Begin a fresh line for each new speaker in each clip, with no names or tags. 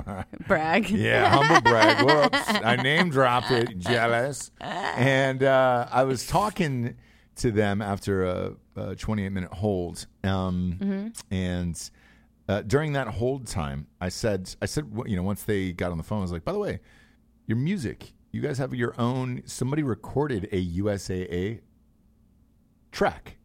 Brag.
Yeah, humble brag. Whoops. I name dropped it. Jealous. And uh, I was talking to them after a, a 28 minute hold. Um, And uh, during that hold time, I said, I said, you know, once they got on the phone, I was like, by the way, your music, you guys have your own, somebody recorded a USAA track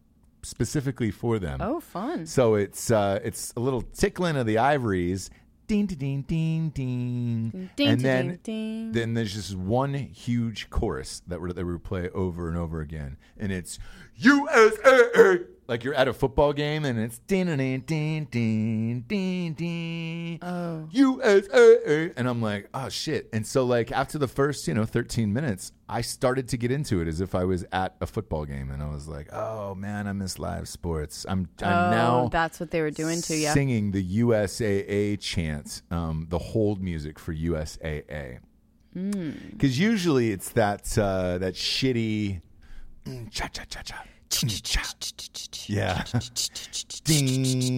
specifically for them.
Oh, fun.
So it's uh, it's a little tickling of the ivories. Ding ding ding ding.
Ding,
and
ding,
then
ding, ding.
then there's just one huge chorus that we that we play over and over again, and it's USA. Like you're at a football game and it's ding ding ding ding ding ding
Oh.
USA, and I'm like, oh shit. And so like after the first you know 13 minutes, I started to get into it as if I was at a football game, and I was like, oh man, I miss live sports. I'm I'm
oh,
now
that's what they were doing to you.
singing the USAA chant, um, the hold music for USAA. Because usually it's that uh, that shitty mm, cha cha cha cha. Yeah. ding, ding,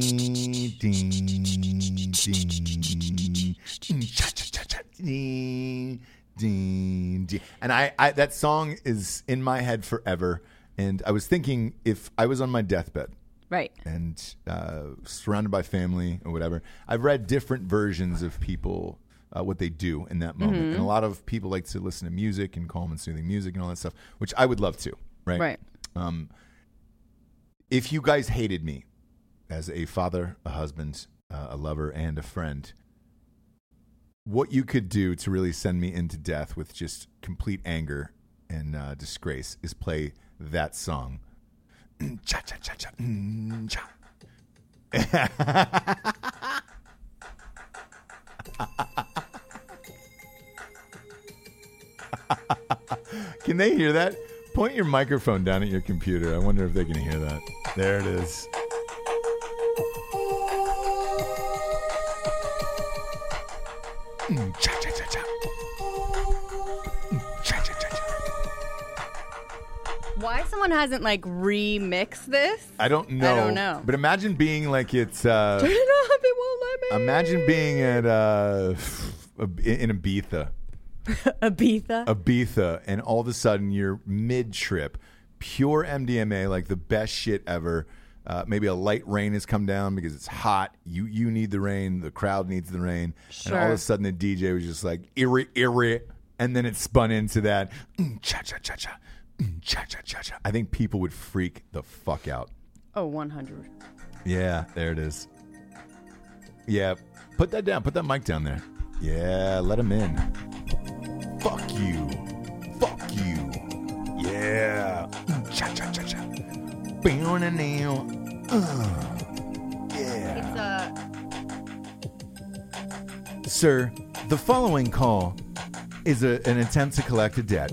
ding, ding, cha cha cha cha. Ding, ding, ding. And I, I, that song is in my head forever. And I was thinking if I was on my deathbed
Right.
and uh, surrounded by family or whatever, I've read different versions of people. Uh, what they do in that moment, and a lot of people like to listen to music and calm and soothing music and all that stuff, which I would love to, right?
Right.
Um, if you guys hated me as a father, a husband, uh, a lover, and a friend, what you could do to really send me into death with just complete anger and uh, disgrace is play that song. cha cha cha cha. mm, cha. Can they hear that? Point your microphone down at your computer. I wonder if they can hear that. There it is. Mm, cha, cha, cha, cha. Mm, cha, cha, cha, cha.
Why someone hasn't like remixed this?
I don't know.
don't know.
But imagine being like it's. Uh,
Turn it off. It won't let me.
imagine being at uh, in Ibiza.
Ibiza.
Uh, Ibiza, and all of a sudden you're mid trip, pure MDMA, like the best shit ever. Uh, maybe a light rain has come down because it's hot. You you need the rain. The crowd needs the rain. And all of
Sure.
a sudden the DJ was just like eerie eerie, and then it spun into that mm, cha cha cha cha, mm, cha cha cha cha. I think people would freak the fuck out.
oh, 100.
Yeah, there it is. Yeah, put that down. Put that mic down there. Yeah, let him in. Fuck you. Fuck you. Yeah. Cha cha cha cha. Yeah.
It's uh,
Sir, the following call is a, an attempt to collect a debt.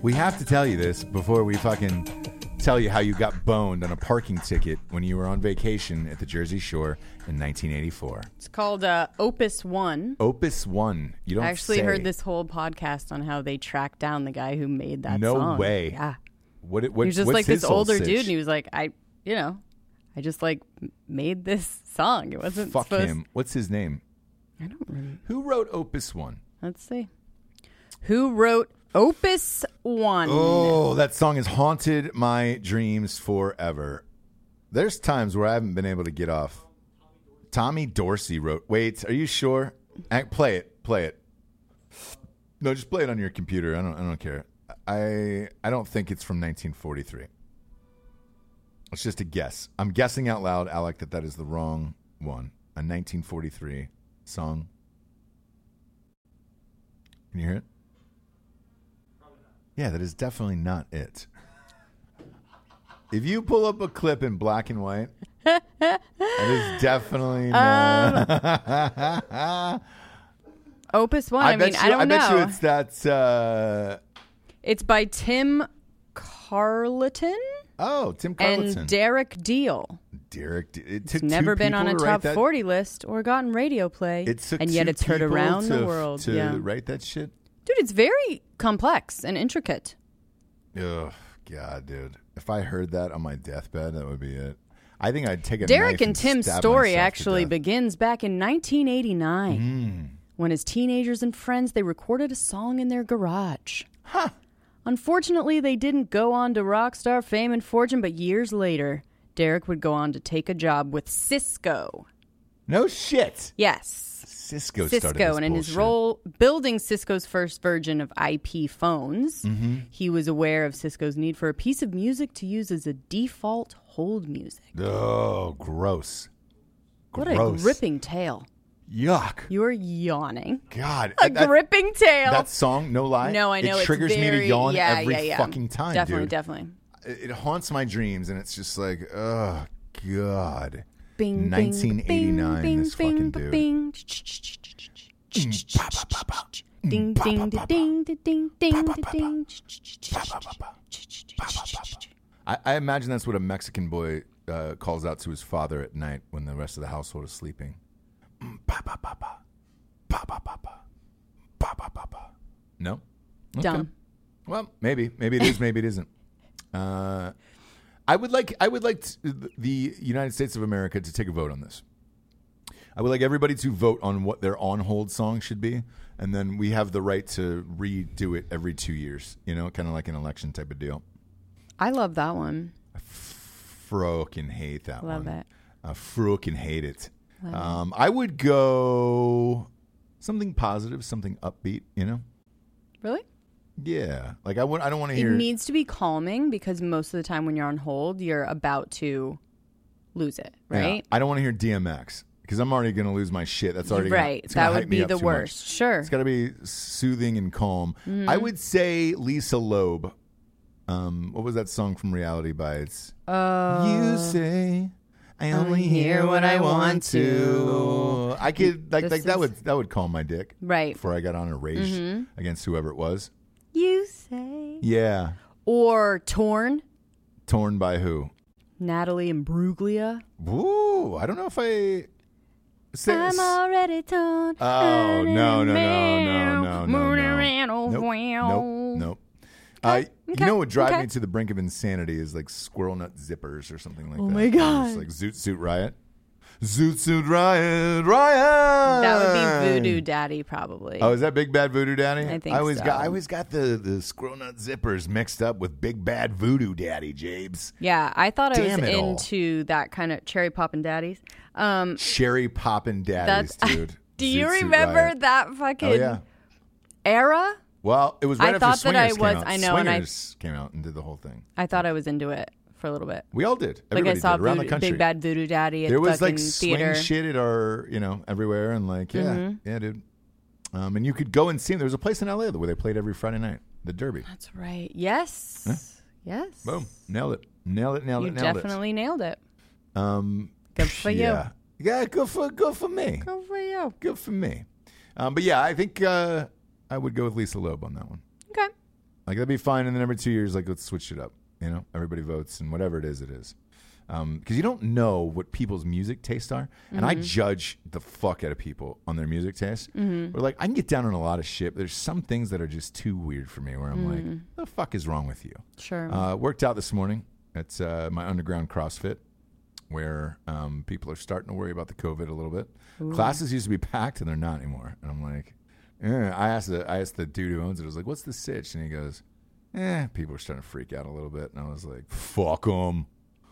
We have to tell you this before we fucking tell you how you got boned on a parking ticket when you were on vacation at the Jersey Shore in 1984.
it's called uh, Opus One.
Opus One. You don't
I actually
Oh, say.
heard this whole podcast on how they tracked down the guy who made that
No
song.
way.
Yeah.
What? it- what
He was just
what's
like this
his whole
older
sitch?
dude, and he was like, I, you know, I just like m- made this song. It wasn't
Fuck
supposed.
him. What's his name?
I don't really.
Who wrote Opus One?
Let's see. Who wrote Opus One?
Oh, that song has haunted my dreams forever. There's times where I haven't been able to get off. Tommy Dorsey wrote. Wait, are you sure? Ac- Play it. Play it. No, just play it on your computer. I don't. I don't care. I I don't think it's from 1943. It's just a guess. I'm guessing out loud, Alec, that that is the wrong one. A 1943 song. Can you hear it? Yeah, that is definitely not it. If you pull up a clip in black and white, that is definitely
Um,
not.
Opus One. I, mean,
bet you,
I don't know.
bet you it's that. Uh,
It's by Tim Carleton
oh, Tim Carlton.
and Derek Deal.
Derek. It took
It's
two
never been on a
people to write
top
that-
40 list or gotten radio play.
It took
and yet
two
it's heard
people
around
to-
the world.
to
yeah.
write that shit.
Dude, it's very complex and intricate.
Ugh, God, dude. If I heard that on my deathbed, that would be it. I think I'd take a
Derek
knife
and Tim's
stab
story
myself to
actually
death. Hmm.
begins back in 1989 when, as teenagers and friends, they recorded a song in their garage. Huh. Unfortunately, they didn't go on to rock star fame and fortune, but years later, Derek would go on to take a job with Cisco.
no shit.
Yes.
Cisco, started
Cisco,
this
and in his
bullshit.
role building Cisco's first version of IP phones,
Mm-hmm.
he was aware of Cisco's need for a piece of music to use as a default hold music.
Oh, gross.
What
Gross.
a gripping tale.
Yuck.
You're yawning.
God.
A
that,
gripping tale.
that song, no lie.
no, I know.
It
it's
triggers me to
very-
yawn
yeah,
every
yeah, yeah.
fucking time,
Definitely,
dude.
definitely.
It haunts my dreams, and it's just like, oh, God.
Bing, bing,
1989,
bing,
this
bing,
fucking
bing,
dude. Mm,
bing.
pa, pa, pa, pa. Mm,
Ding,
pa,
ding,
pa, pa.
ding, ding, ding, ding,
pa, pa, pa.
ding.
I, I imagine that's what a Mexican boy uh, calls out to his father at night when the rest of the household is sleeping. Mm, Pa, pa, pa, pa. Pa, pa, pa, pa. Pa, pa, pa, pa. No? Okay.
Dumb.
Well, maybe, maybe it is, maybe it isn't. Uh, I would like, I would like t- the United States of America to take a vote on this. I would like everybody to vote on what their on hold song should be, and then we have the right to redo it every two years. You know, kind of like an election type of deal.
I love that one.
Frookin' hate that
Love
one.
it.
I frookin' hate it. Um, I would go something positive, something upbeat. You know,
Really?
yeah. Like I would. I don't want to
It
hear.
needs to be calming because most of the time when you're on hold, you're about to lose it,
Yeah.
right?
I don't want to hear DMX because I'm already going to lose my shit. That's already gonna-
right.
it's gonna
That
hype
would
me
be
up
the
too much.
worst. Mm-hmm. Sure.
It's got to be soothing and calm. I would say Lisa Loeb. Um, what was that song from Reality Bites?
Uh,
you say I only hear what I want to. I could like
This
like that
is-
would that would calm my dick
Right. Mm-hmm.
before I got on a rage against whoever it was.
You say.
Yeah,
Or Torn,
torn by who?
Natalie and Bruglia.
Woo! I don't know if I. Say,
I'm already torn.
Oh no no no no no no
Mooning
no!
around,
Nope
wow.
nope nope. I you
okay,
know what drive
okay.
me to the brink of insanity is like squirrel nut zippers or something like that.
Oh my
Or just
God.
Like Zoot Suit Riot, Zoot Suit Riot, Riot.
That would be Voodoo Daddy, probably.
Oh, is that Big Bad Voodoo Daddy?
I think
I always
so.
got I always got the the squirrel nut zippers mixed up with Big Bad Voodoo Daddy, Jabes.
yeah, I thought I was
Damn it all.
into that kind of cherry pop and daddies. Um,
Sherry Poppin' Daddies,
That's-
dude.
do you
Zoot Suit
remember
Riot.
that fucking
Oh yeah.
era?
Well, it was
I
right after
thought that I
Swingers came
was-
out.
I know, and I-
Swingers came out and did the whole thing.
I thought I was into it for a little bit.
We all did.
Like
Everybody
I saw
did, around
Voodoo-
the country.
Big Bad Voodoo Daddy at
there was
fucking
like swing
theater. Mm-hmm.
shit at our, you know, everywhere, and like, yeah, yeah, dude. Um, and you could go and see them. There was a place in LA where they played every Friday night, the Derby.
That's right. Yes. Yes.
Boom, nailed it, nailed it, nailed
You
it, nailed
definitely nailed it.
it. Um,
Good for you.
yeah. yeah, good for good for me,
Good for you.
good for me. Um, but yeah, I think uh, I would go with Lisa Loeb on that one.
Okay.
Like that'd be fine. And then every two years, like let's switch it up. You know, everybody votes and whatever it is, it is. Because you don't know what people's music tastes are, and I judge the fuck out of people on their music taste. We're like, I can get down on a lot of shit, but there's some things that are just too weird for me. Where I'm like, the fuck is wrong with you?
Sure.
Uh, worked out this morning at uh, my underground CrossFit, where um, people are starting to worry about the COVID a little bit. Classes used to be packed, and they're not anymore. And I'm like, eh. I asked the I asked the dude who owns it. I was like, "What's the sitch?" And he goes, "Eh, people are starting to freak out a little bit." And I was like, "Fuck them,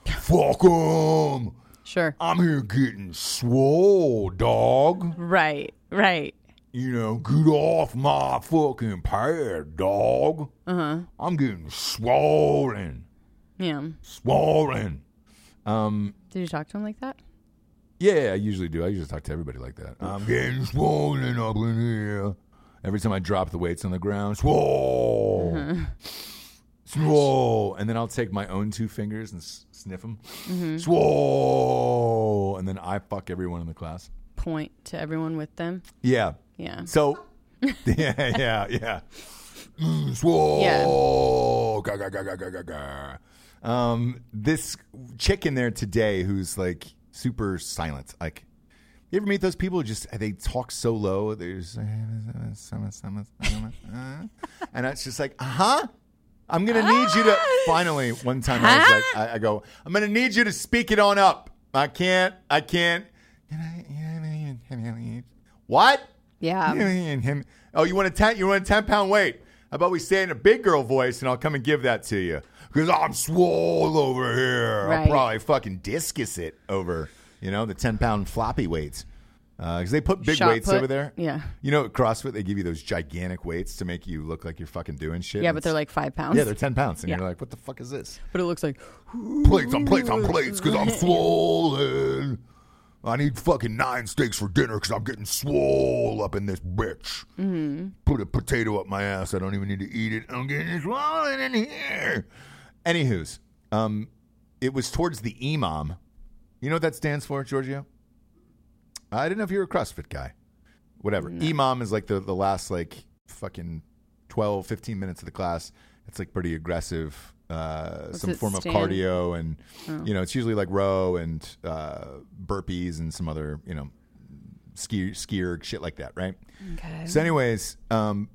fuck them.
sure.
I'm here getting swole, dog.
Right. Right.
You know, get off my fucking pad, dog. Uh-huh. I'm getting swollen."
Yeah.
swollen. Um,
Did you talk to him like that?
yeah, I usually do. I usually talk to everybody like that. I'm getting swollen up in here. Every time I drop the weights on the ground, swole, swole, and then I'll take my own two fingers and s- sniff them, swole, and then I fuck everyone in the class.
Point to everyone with them.
Yeah.
Yeah.
So, yeah, yeah, yeah. Mm, swole. Ga, ga, ga, ga, ga, ga, ga. Um, this chick in there today who's like super silent. Like, you ever meet those people who just they talk so low? There's and it's just like, uh huh. I'm gonna need you to finally one time I was like, I, I go, I'm gonna need you to speak it on up. I can't, I can't. What?
Yeah.
And him- Oh, you want a ten? You want a ten pound weight? How about we say it in a big girl voice, and I'll come and give that to you? Because I'm swole over here. I'll
Right.
probably fucking discus it over. You know the ten pound floppy weights. Because they put big
Shot
weights
put?
over there.
Yeah.
You know at CrossFit they give you those gigantic weights to make you look like you're fucking doing shit.
Yeah,
and
but
it's-
they're like five pounds.
yeah they're ten pounds, and
Yeah.
you're like, what the fuck is this?
but it looks like
plates on plates on plates because I'm swollen. I need fucking nine steaks for dinner because I'm getting swole up in this bitch. Put a potato up my ass. I don't even need to eat it. I'm getting swollen in here. Anywho's, um, it was towards the imam. You know what that stands for, Giorgio? I didn't know if you were a CrossFit guy. Whatever. Imam is like the, the last like fucking 12, 15 minutes of the class. It's like pretty aggressive, uh, some
it
form of
stand? Oh.
cardio. And, you know, it's usually like row and uh, burpees and some other, you know, skier, skier shit like that, right?
okay.
So, anyways, um,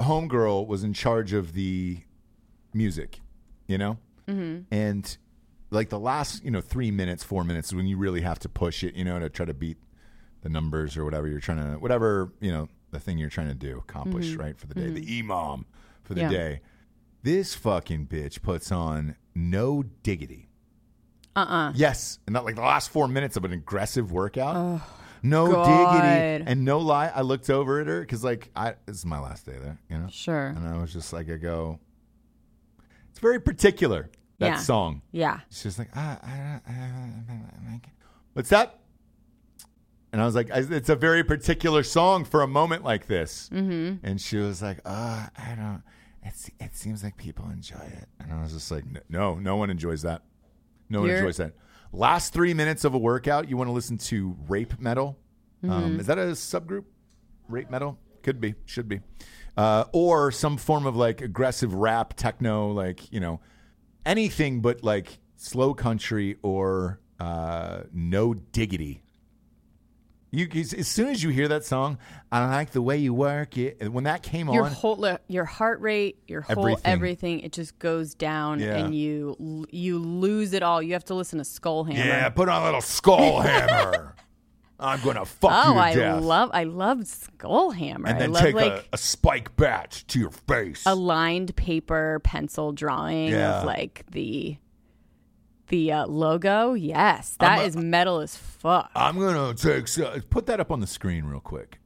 Homegirl was in charge of the music, you know, and like the last you know three minutes, four minutes is when you really have to push it, you know, to try to beat the numbers or whatever you're trying to, whatever, you know, the thing you're trying to do, accomplish, right, for the day, the imam for the
Yeah.
day. This fucking bitch puts on no diggity.
Uh-uh.
Yes. And not like the last four minutes of an aggressive workout. no
God.
diggity. And no lie, I looked over at her because, like, I, this is my last day there, you know?
Sure.
And I was just like, I go, it's very particular, that
Yeah.
song.
Yeah.
She's just like, ah, I, I, I, I, I, what's that? And I was like, I- it's a very particular song for a moment like this. Mm-hmm. And she was like, ah, I don't, it, se- it seems like people enjoy it. And I was just like, "N- no, no one enjoys that. No one
You're-
enjoys that. Last three minutes of a workout, you want to listen to rape metal. Um, is that a subgroup? Rape metal? Could be, should be. Uh, or some form of like aggressive rap, techno, like, you know, anything but like slow country or uh, no diggity. You as as soon as you hear that song, I like the way you work it. and When that came
Your
on,
whole le- your heart rate, your whole
Everything.
everything, it just goes down
Yeah.
and you l- you lose it all. You have to listen to Skull Hammer.
yeah, put on a little skull hammer. I'm gonna fuck
Oh,
you to
I
death,
love I loved Skull Hammer.
and
I
then
love
take
like
a, a spike bat to your face.
a lined paper pencil drawing
Yeah.
of like the the uh, logo. Yes, that
a-
is metal as fuck.
I'm gonna take. so- Put that up on the screen real quick.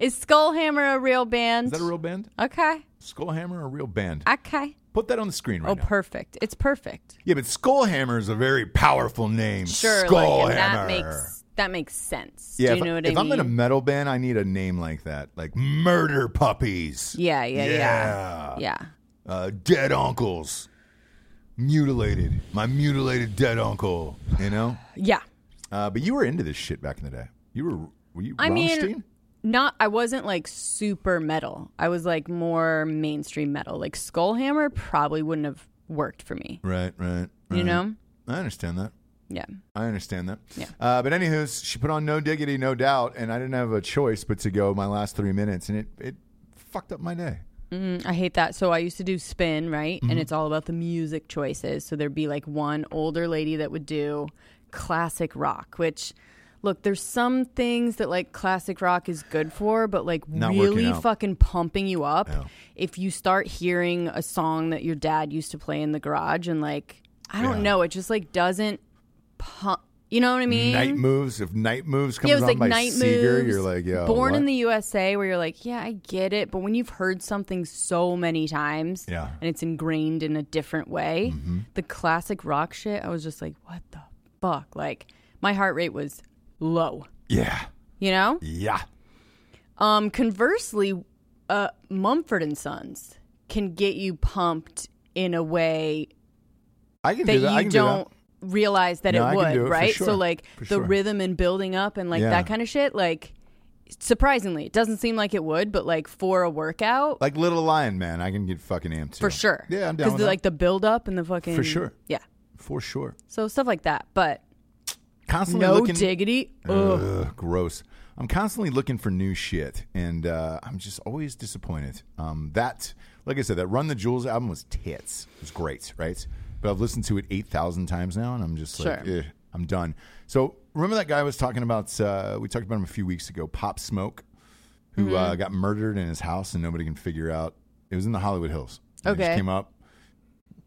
is Skull Hammer a real band?
Is that a real band?
Okay.
Skullhammer, a real band?
Okay.
Put that on the screen right
oh,
now.
perfect. It's perfect.
Yeah, but Skullhammer is a very powerful name.
Sure.
Skullhammer.
Like, and that makes that makes sense.
Yeah,
Do
if,
you know what
if
I
I'm
mean?
in a metal band, I need a name like that, like Murder Puppies.
yeah, yeah, yeah,
yeah.
yeah.
Uh, dead uncles, mutilated. My mutilated dead uncle. You know.
Yeah.
Uh, but you were into this shit back in the day. You were. Were you
I mean,
Rammstein?
Not I wasn't like super metal. I was like more mainstream metal. Like Skullhammer probably wouldn't have worked for me.
Right, right, right.
You know?
I understand that.
Yeah.
I understand that.
Yeah.
Uh, but anywho's, she put on no diggity, no doubt, and I didn't have a choice but to go my last three minutes, and it it fucked up my day.
Mm, I hate that. So I used to do spin, right?
Mm-hmm.
And it's all about the music choices. So there'd be like one older lady that would do classic rock, which look, there's some things that like classic rock is good for, but like
Not working
really
out.
fucking pumping you up.
Yeah.
If you start hearing a song that your dad used to play in the garage and like I don't
Yeah.
know, it just like doesn't pump. You know what I mean?
Night moves. If night moves comes
yeah, it was
on
like
by
night
Seeger,
moves.
you're like, yo,
born in
what?
the USA, where you're like, yeah, I get it, but when you've heard something so many times,
Yeah. Mm-hmm.
and it's ingrained in a different way, the classic rock shit, I was just like, what the fuck? Like, my heart rate was low,
yeah,
you know.
yeah.
Um, conversely, uh, Mumford and Sons can get you pumped in a way
I can
that
do that. I
you
can
don't
Do
realize that
No, I
it
can
would,
do it for
right?
sure.
So like
For
the
sure.
rhythm and building up and like
Yeah.
that kind of shit, like surprisingly, it doesn't seem like it would, but like for a workout,
that. Like Little Lion Man, I can get fucking amped
for
too.
sure.
Yeah, I'm down
Because
with that.
like the build up and the fucking
For sure.
Yeah.
for sure.
So stuff like that, but
Constantly
no
looking.
diggity. Ugh.
Ugh, gross. I'm constantly looking for new shit, and uh, I'm just always disappointed. Um, that, like I said, that Run the Jewels album was tits. It was great, right? But I've listened to it eight thousand times now, and I'm just like,
Sure.
"Ugh, I'm done. So remember that guy I was talking about? Uh, we talked about him a few weeks ago, Pop Smoke, who uh,
Mm-hmm.
got murdered in his house, and nobody can figure out. It was in the Hollywood Hills. And they just
Okay.
came up.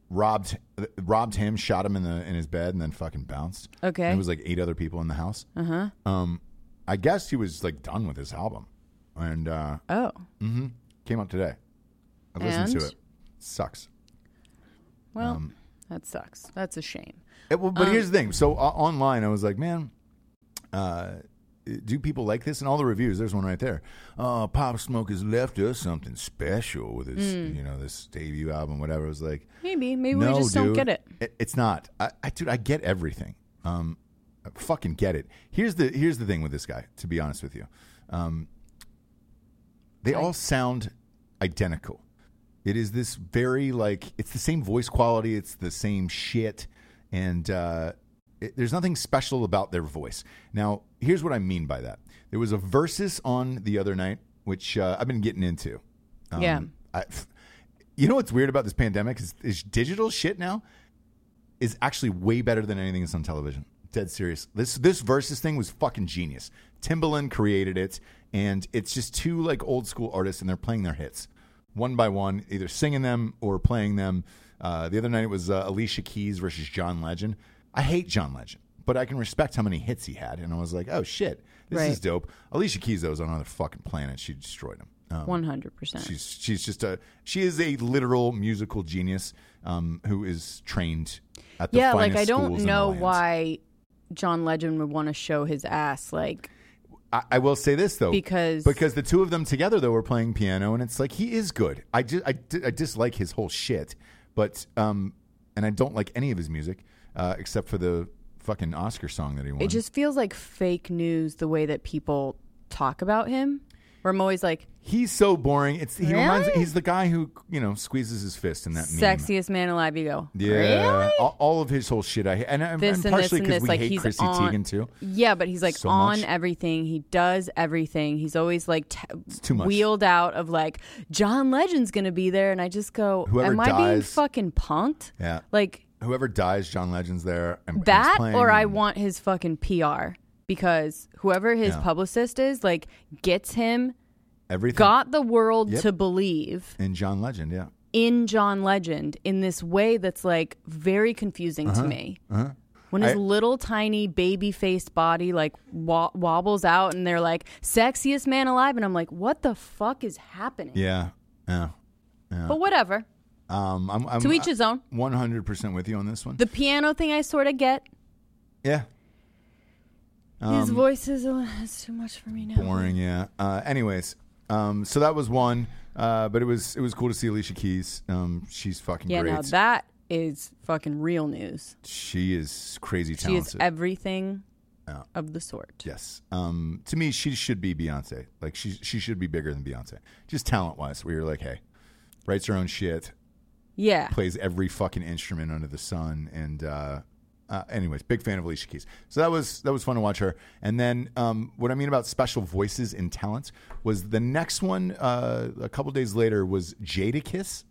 Robbed, robbed him, shot him in the in his bed, and then fucking bounced.
Okay. Uh-huh.
And it was like eight other people in the house. Uh huh. Um, I guess he was like done with his album, and uh,
Oh.
came out today. I listened to
And?
it. Sucks.
Well,
Um,
that sucks. That's a shame.
It- Eh, well,
Um,
but here's the thing. So o- online, I was like, man, uh, do people like this? And all the reviews, there's one right there. Uh, Pop Smoke has left us something special with his,
Hmm.
you know, this debut album, whatever. I was like,
Maybe. Maybe
no,
we just
dude,
don't get it.
It's not. I, I, dude, I get everything. Um, I fucking get it. Here's the here's the thing with this guy. To be honest with you, um, they all sound identical. It is this very like it's the same voice quality. It's the same shit, and uh, it, there's nothing special about their voice. Now, here's what I mean by that. There was a versus on the other night, which uh, I've been getting into. Um,
Yeah.
I, you know what's weird about this pandemic is, is digital shit now is actually way better than anything that's on television. Dead serious. This this versus thing was fucking genius. Timbaland created it, and it's just two like old school artists, and they're playing their hits one by one, either singing them or playing them. Uh, the other night it was uh, Alicia Keys versus John Legend. I hate John Legend, but I can respect how many hits he had, and I was like, oh shit, this
Right.
is dope. Alicia Keys though is on another fucking planet. She destroyed him. Um,
One hundred percent.
She's she's just a she is a literal musical genius um, who is trained at the
yeah, like
finest
I don't
schools in the
know
land.
why John Legend would want to show his ass. Like
I, I will say this though
Because-
because the two of them together though were playing piano and it's like he is good. I just I, di- I dislike his whole shit, but um and I don't like any of his music uh, except for the fucking Oscar song that he won.
it just feels like fake news the way that people talk about him. Where I'm always like
he's so boring. It's he reminds
Really?
he's the guy who you know squeezes his fist in that meme.
sexiest man alive. You go,
Yeah, all, all of his whole shit. I and, I'm
This
and
and this
partially
and
because
this,
we
like,
hate
he's
Chrissy
on-
Teigen too.
Yeah, but he's like
So
on
much.
everything. He does everything. He's always like t-
too much.
wheeled out of like John Legend's gonna be there, and I just go,
Whoever
am I being
dies-
fucking punked?
Yeah.
like
Whoever dies, John Legend's there. And, and he's
that,
playing
or I
and-
want his fucking PR because whoever his
Yeah.
publicist is, like, gets him
everything.
got the world
Yep.
to believe
and John Legend, yeah.
in John Legend in this way that's like very confusing to me.
Uh-huh.
When his
I-
little tiny baby faced body like wa- wobbles out and they're like, sexiest man alive. And I'm like, what the fuck is happening?
Yeah, yeah.
But whatever.
Um, I'm, I'm
To each his own.
One hundred percent with you on this one.
The piano thing I sort of get.
yeah,
his voice is a it's too much for me now.
Um, boring. Yeah. Uh, anyways, um, so that was one. Uh, but it was it was cool to see Alicia Keys. Um, she's fucking
Yeah,
great.
now that is fucking real news.
she is crazy
She is
talented.
everything
Yeah.
of the sort.
Yes. Um, to me, she should be Beyonce. Like she she should be bigger than Beyonce, just talent wise. Where you're like, hey, writes her own shit,
Yeah.
plays every fucking instrument under the sun, and uh, uh, anyways, big fan of Alicia Keys. So that was that was fun to watch her. And then um, what I mean about special voices and talents was the next one. Uh, a couple days later was Jadakiss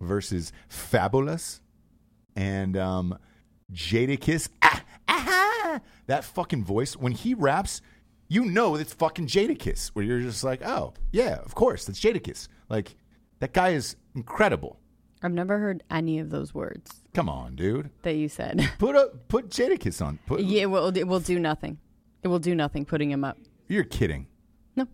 versus Fabulous, and um, Jadakiss. Ah, ah, that fucking voice when he raps, you know it's fucking Jadakiss. Where you're just like, oh yeah, of course that's Jadakiss. Like that guy is incredible.
I've never heard any of those words
Come on, dude.
that you said.
Put up, put Jadakiss on. Put,
yeah, it will, it will do nothing. It will do nothing putting him up.
You're kidding.
No.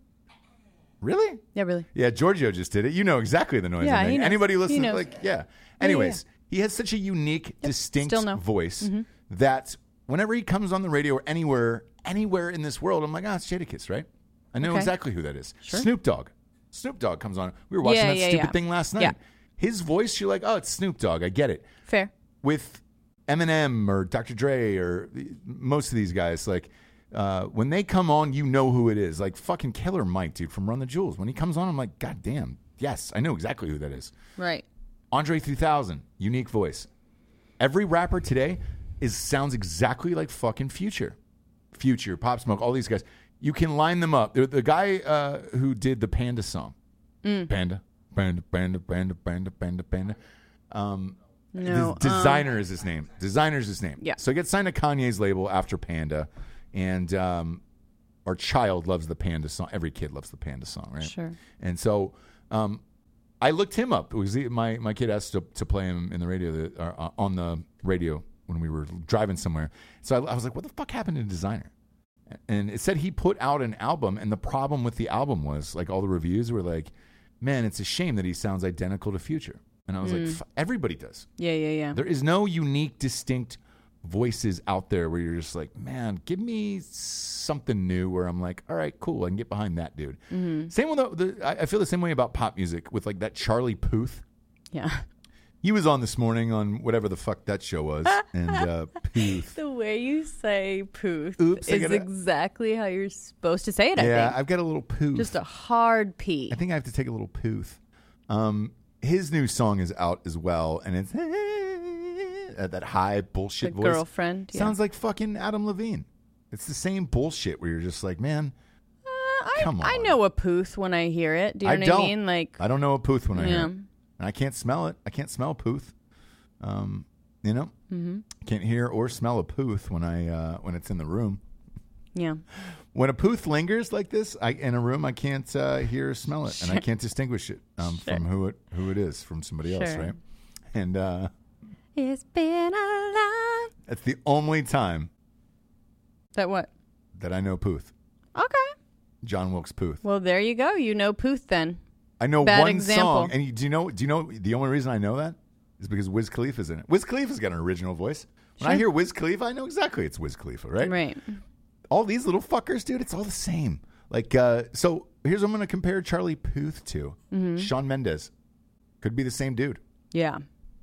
Really?
Yeah, really.
Yeah, Giorgio just did it. You know exactly the noise.
Yeah,
I'm making.
he knows.
Anybody
He
listening,
knows.
like, yeah. Anyways, he has such a unique, distinct
still know. Mm-hmm.
voice that whenever he comes on the radio or anywhere, anywhere in this world, I'm like, ah, it's Jadakiss, right? I know
Okay.
exactly who that is. Snoop Dogg. Snoop Dogg comes on. We were watching
Yeah,
that
yeah,
stupid
yeah.
thing last night.
Yeah.
His voice, you're like, oh, it's Snoop Dogg. I get it.
Fair.
with Eminem or Dr. Dre or the- most of these guys, like uh, when they come on, you know who it is. Like fucking Killer Mike, dude, from Run the Jewels. When he comes on, I'm like, God damn, yes, I know exactly who that is.
Right.
Andre 3000, unique voice. Every rapper today is sounds exactly like fucking Future, Future, Pop Smoke, all these guys. You can line them up. The, the guy uh, who did the Panda song,
Mm.
Panda, Panda, Panda, Panda, Panda, Panda, Panda. Um,
No,
his designer is his name. Designer's his name.
Yeah.
So he gets signed to Kanye's label after Panda, and um, our child loves the Panda song. Every kid loves the Panda song, right?
Sure.
And so um, I looked him up. It was the- my my kid asked to, to play him in the radio the, or, uh, on the radio when we were driving somewhere. So I, I was like, "What the fuck happened to Designer?" And it said he put out an album, and the problem with the album was like all the reviews were like, "Man, it's a shame that he sounds identical to Future." And I was like, F- "Everybody does.
Yeah, yeah, yeah.
There is no unique, distinct voices out there where you're just like, man, give me something new. Where I'm like, all right, cool, I can get behind that dude.
Mm-hmm.
Same with the, the I I feel the same way about pop music with like that Charlie Puth.
yeah.
He was on this morning on whatever the fuck that show was, and uh, Puth.
The way you say pooth
Oops, I
is
gotta-
exactly how you're supposed to say it, I
Yeah,
think.
I've got a little Puth.
Just a hard P.
I think I have to take a little Puth. Um, his new song is out as well, and it's uh, that high bullshit
The
voice.
girlfriend. Yeah.
Sounds like fucking Adam Levine. It's the same bullshit where you're just like, man,
Uh, I,
Come
I
on.
know a pooth when I hear it. Do you know
I
what
don't.
I mean? Like,
I don't know a pooth when I hear it.
Yeah.
And I can't smell it. I can't smell pooth. Um, you know, mm-hmm. can't hear or smell a pooth when I uh, when it's in the room.
Yeah.
When a pooth lingers like this I, in a room, I can't uh, hear or smell it, and I can't distinguish it um, from who it who it is from somebody else,
Sure.
right? And uh,
It's been a long.
that's the only time
That what?
that I know Puth,
Okay.
John Wilkes Puth.
Well, there you go. You know Pooth then.
I know
Bad
one
example.
song, and you, do you know? Do you know the only reason I know that is because Wiz Khalifa's in it. Wiz Khalifa's got an original voice. When I hear Wiz Khalifa, I know exactly it's Wiz Khalifa, right?
Right.
All these little fuckers, dude, it's all the same. Like, uh, so here's what I'm going to compare Charlie Puth to:
Mm-hmm.
Sean Mendez could be the same dude.
Yeah.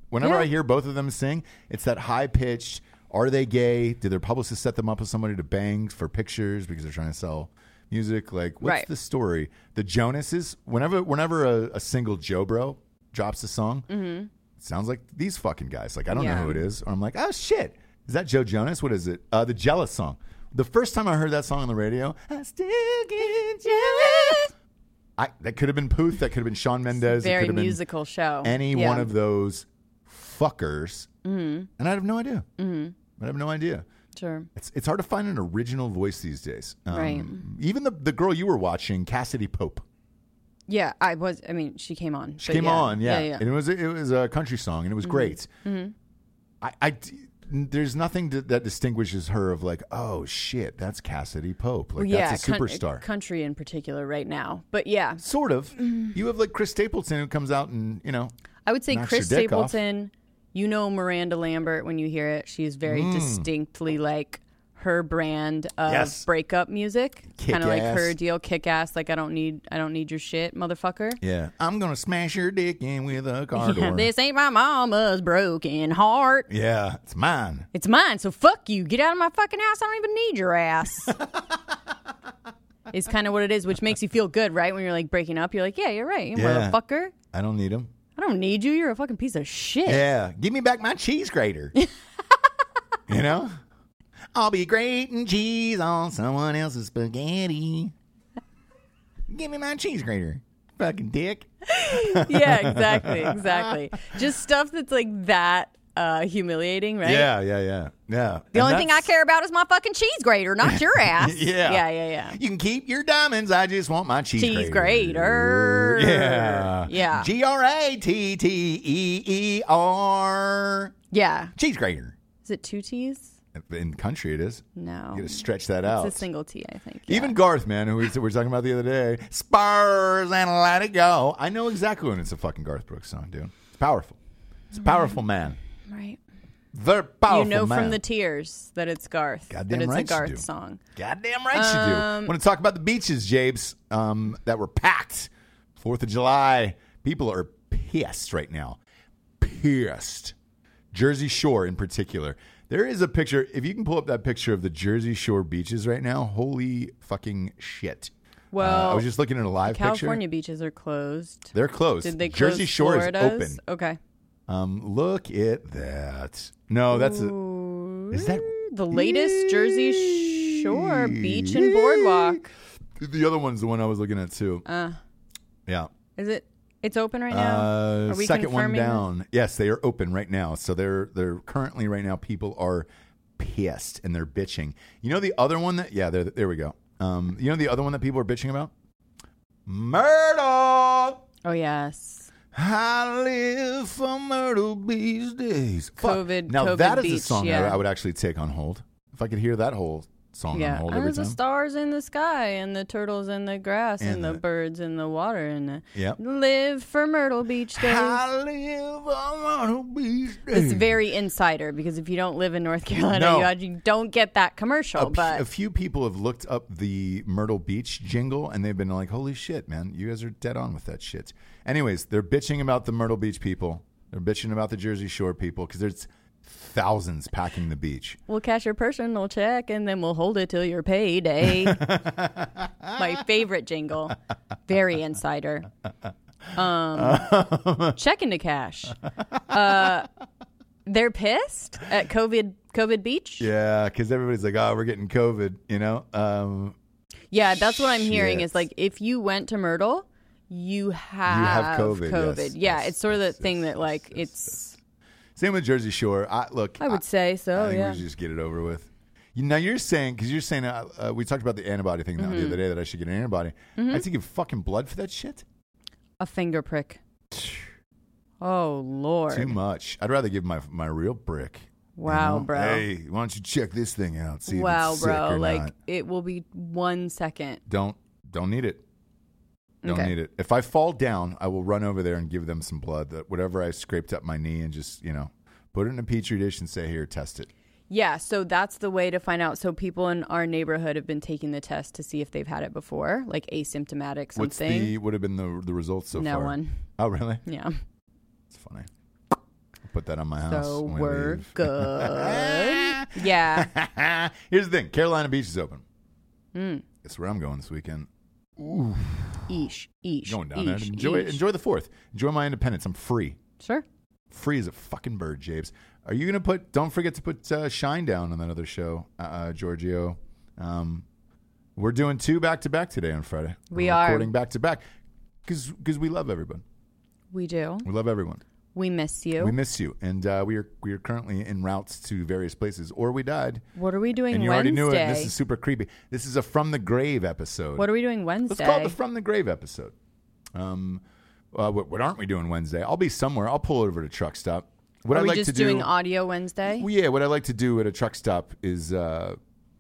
Whenever
Yeah.
I hear both of them sing, it's that high pitched. Are they gay? Did their publicist set them up with somebody to bang for pictures because they're trying to sell music? Like, what's
Right.
the story? The Jonases. Whenever, whenever a, a single Joe Bro drops a song, it sounds like these fucking guys. Like, I don't know
Mm-hmm. Yeah.
who it is, or I'm like, oh shit, is that Joe Jonas? What is it? Uh, the Jealous song. The first time I heard that song on the radio, I still get jealous. I, that could have been Puth. That could have been Sean Mendez. it
Very
could have been
musical show.
any
Oh, Yeah. Mm-hmm.
one of those fuckers, and I have no idea. I have no idea.
Sure.
It's it's hard to find an original voice these days. Um,
Right.
Even the the girl you were watching, Cassidy Pope,
Yeah, I was. I mean, she came on.
she
but
came on, yeah,
Yeah. Mm-hmm.
and it was it was a country song, and it was great. I, I d- there's nothing to, that distinguishes her of like, oh shit, that's Cassidy Pope, like
Well, yeah,
that's a
coun-
superstar.
country in particular right now. But yeah,
Sort of.
mm-hmm.
You have like Chris Stapleton who comes out and you know
I would say
Knocks
Chris
your dick off.
Stapleton. You know Miranda Lambert when you hear it. She is
Hmm.
very distinctly like her brand of
Yes.
breakup music,
Kick
kind of like
ass.
her deal, kick ass. Like I don't need, I don't need your shit, motherfucker.
Yeah. I'm gonna smash your dick in with a car
Yeah,
door.
this ain't my mama's broken heart.
Yeah, it's mine.
It's mine, so fuck you. Get out of my fucking house. I don't even need your ass. it's kind of what it is, which makes you feel good, right? When you're like breaking up, you're like, yeah, you're right, you
Yeah.
motherfucker.
I don't need them.
I don't need you. You're a fucking piece of shit.
Yeah, give me back my cheese grater. you know, I'll be grating cheese on someone else's spaghetti. Give me my cheese grater, fucking dick.
yeah, exactly, exactly. Just stuff that's like that uh, humiliating, right?
yeah, yeah, yeah.
The only thing I care about is my fucking cheese grater, not your ass.
Yeah.
yeah, yeah, yeah.
You can keep your diamonds. I just want my cheese,
Cheese grater.
Yeah.
Yeah.
G R A T T E E R.
Yeah.
Cheese grater.
Is it two T's?
In country, it is.
No,
You gotta stretch that
it's
out.
a single T, I think.
Even Garth, man, who we we were talking about the other day, Spurs and let it go. I know exactly when it's a fucking Garth Brooks song, dude. It's powerful. It's a powerful man.
Yeah. right.
Very powerful
You know
man.
from the tears that it's Garth.
Goddamn
that it's
right
a
you
Garth
do.
song.
Goddamn right you
Um,
do. Want to talk about the beaches, Jabes, um, that were packed. Fourth of July. People are pissed right now. Pissed. Jersey Shore in particular. There is a picture. If you can pull up that picture of the Jersey Shore beaches right now, holy fucking shit. Uh, I
Well,
was just looking at a live
California
picture.
beaches are closed.
They're closed.
Did they close
Jersey Shore
Florida's?
is open.
Okay.
Um, look at that. No, that's a, is that
The latest Jersey Shore beach and boardwalk.
the other one's the one I was looking at too. Uh, yeah.
Is it? It's open right now.
Uh,
Oh, Are we
second one
confirming this?
down. Yes, they are open right now. So they're they're currently right now. People are pissed and they're bitching. You know the other one that yeah there there we go. Um, you know the other one that people are bitching about. Myrtle.
Oh yes.
I live for Myrtle Beach days. Fuck.
COVID-
Now
COVID
that is a
beach,
song
yeah.
I, I would actually take on hold if I could hear that whole song on
Yeah.
hold
And
every
there's the
time.
stars in the sky, and the turtles in the grass, and,
And
the,
the-
birds in the water, and the
Yep.
live for Myrtle Beach days.
I live for Myrtle Beach days.
It's very insider because if you don't live in North Carolina,
No. Oh,
you actually don't get that commercial.
a, p-
but
a few people have looked up the Myrtle Beach jingle and they've been like, "Holy shit, man! You guys are dead on with that shit." Anyways, they're bitching about the Myrtle Beach people. They're bitching about the Jersey Shore people because there's thousands packing the beach.
We'll cash your personal check and then we'll hold it till your payday. My favorite jingle. Very insider. Um, check into cash. Uh, they're pissed at COVID COVID beach.
Yeah, because everybody's like, "Oh, we're getting COVID," you know. Um,
Yeah, that's what I'm hearing
Shit.
is like if you went to Myrtle, you have,
COVID, yes,
yeah,
yes,
it's sort of the
yes,
thing
yes,
that like
yes, yes,
it's
Same with Jersey Shore. I look.
I would say so,
I think
yeah.
we should just get it over with. You- Now you're saying because you're saying uh, uh, we talked about the antibody thing
Mm-hmm.
the other day that I should get an antibody. I have to give fucking blood for that shit.
A finger prick. Oh lord!
Too much. I'd rather give my my real brick. you
Wow,
know?
Oh, bro.
Hey, why don't you check this thing out? See if
wow,
it's sick
bro!
or
Like
not.
it will be one second.
don't don't need it. Don't
Okay.
need it. If I fall down, I will run over there and give them some blood. That whatever I scraped up my knee and just you know put it in a petri dish and say here, test it.
Yeah, so that's the way to find out. So people in our neighborhood have been taking the test to see if they've had it before, like asymptomatic something.
What's the would have been the the results so
No
far?
one.
Oh really?
Yeah.
It's funny. I'll put that on my house.
So
when we
we're
leave.
good. yeah.
Here's the thing: Carolina Beach is open.
Hmm.
That's where I'm going this weekend.
Eesh. Eesh.
Going down
eesh,
there. Enjoy,
eesh.
enjoy the Fourth. Enjoy my independence. I'm free.
Sure.
Free as a fucking bird, Japes. Are you gonna put? Don't forget to put uh, Shine down on that other show, uh, uh, Giorgio. Um, we're doing two back to back today on Friday.
We
We're
are.
recording back to back because we love everyone.
We do.
We love everyone.
We miss you.
We miss you, and uh, we are we are currently en routes to various places, or we died.
what are we doing
and you
Wednesday?
already knew it. This is super creepy. This is a from the grave episode.
what are we doing Wednesday?
Let's call it the from the grave episode. Um, uh, what, what aren't we doing Wednesday? I'll be somewhere. I'll pull over to a truck stop. What
are
I
we
like
just
to do,
doing audio Wednesday?
well, yeah, what I like to do at a truck stop is, uh,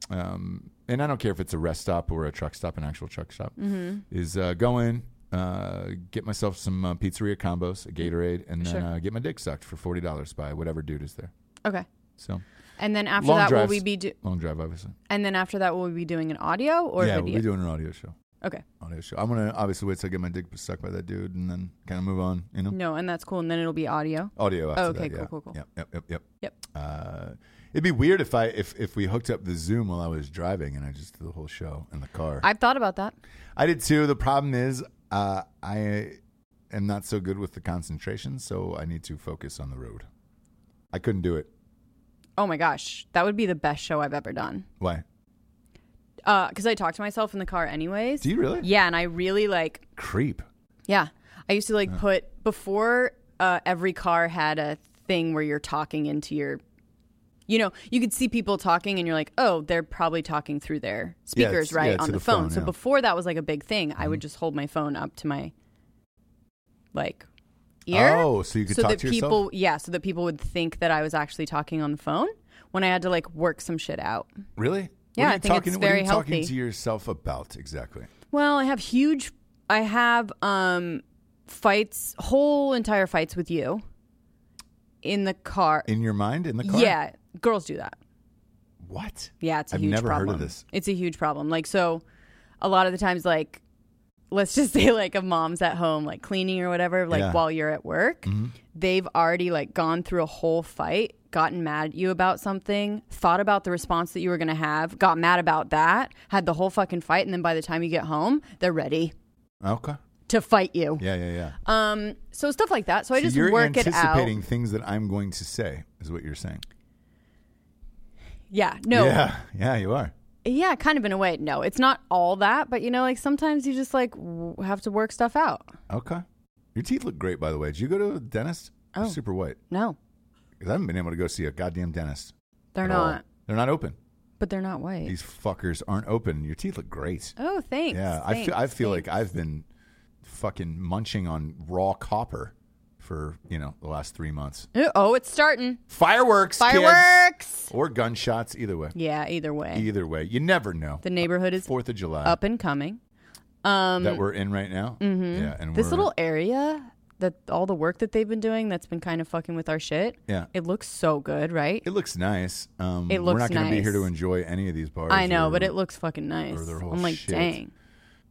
um, and I don't care if it's a rest stop or a truck stop, an actual truck stop,
Mm-hmm.
is uh, go in, uh, get myself some uh, pizzeria combos, a Gatorade, and then
Sure.
uh, get my dick sucked for forty dollars by whatever dude is there.
okay.
So
And then after
long
that, will
drives.
we be do-
long drive, obviously.
and then after that, will we be doing an audio or
yeah,
video?
we'll be doing an audio show.
okay.
Audio show. I'm gonna obviously wait till I get my dick sucked by that dude, and then kind of move on. You know.
No, and that's cool. And then it'll be audio.
audio after
Mm. Oh, okay,
that,
cool,
yeah.
cool, cool.
Yep, yep, yep, yep.
Yep.
Uh, it'd be weird if I if if we hooked up the Zoom while I was driving and I just did the whole show in the car. I,
I've thought about that.
did too. The problem is uh, I am not so good with the concentration, so I need to focus on the road. I couldn't do it.
Oh my gosh, that would be the best show I've ever done.
Why?
Because I talk to myself in the car, anyways.
Do you really?
yeah, and I really like.
Creep.
Yeah, I used to like put before uh, every car had a thing where you're talking into your. You know, you could see people talking, and you're like, "Oh, they're probably talking through their
Yeah,
speakers,
it's-
right,
yeah, it's
on
to
the,
the
phone."
phone,
So
yeah.
before that was like a big thing, I would just hold my phone up to my, like, ear.
Oh, so you could
so
talk
that
to yourself?
people, yeah, so that people would think that I was actually talking on the phone when I had to like work some shit out.
Really? What
Yeah,
are
I
you
think
talking,
it's
what are
very
you talking
healthy.
to yourself about exactly?
Well, I have huge. I have um fights, whole entire fights with you in the car.
In your mind, in the car?
Yeah, girls do that.
What?
Yeah, it's a
I've
huge
never heard of
problem.
this.
It's a huge problem. Like so, a lot of the times, like let's just say like a mom's at home, like cleaning or whatever, like
Yeah. Mm-hmm.
while you're at work, they've already like gone through a whole fight, gotten mad at you about something, thought about the response that you were gonna have, got mad about that, had the whole fucking fight, and then by the time you get home, they're ready
Okay.
to fight you.
Yeah, yeah, yeah.
Um, so stuff like that. So I
So
just
you're
work it out.
anticipating things that I'm going to say, is what you're saying.
Yeah, no, yeah.
Yeah, yeah, you are.
kind of in a way. No, it's not all that, but you know, like sometimes you just like w- have to work stuff out.
Okay. Your teeth look great, by the way. Did you go to a dentist? They're
Oh.
super white.
No,
'Cause I haven't been able to go see a goddamn dentist.
they're
at all.
not,
They're not open.
but they're not white.
These fuckers aren't open. Your teeth look great.
oh, thanks.
yeah, I feel. I
thanks,
feel like
thanks.
I've been fucking munching on raw copper for you know the last three months.
Ooh, Oh, it's starting
Fireworks, kids.
fireworks.
or gunshots. Either way.
Yeah, either way,
Either way, you never know.
the neighborhood is
Fourth of July
up and coming. Um, mm-hmm.
that we're in right now. Yeah, and
this
we're-
little area that all the work that they've been doing that's been kind of fucking with our shit.
Yeah.
it looks so good, right?
It looks nice. Um,
It
we're
looks
not going to be
nice.
here to enjoy any of these bars.
I know,
or-
but it looks fucking nice.
their whole
I'm like,
shit.
dang.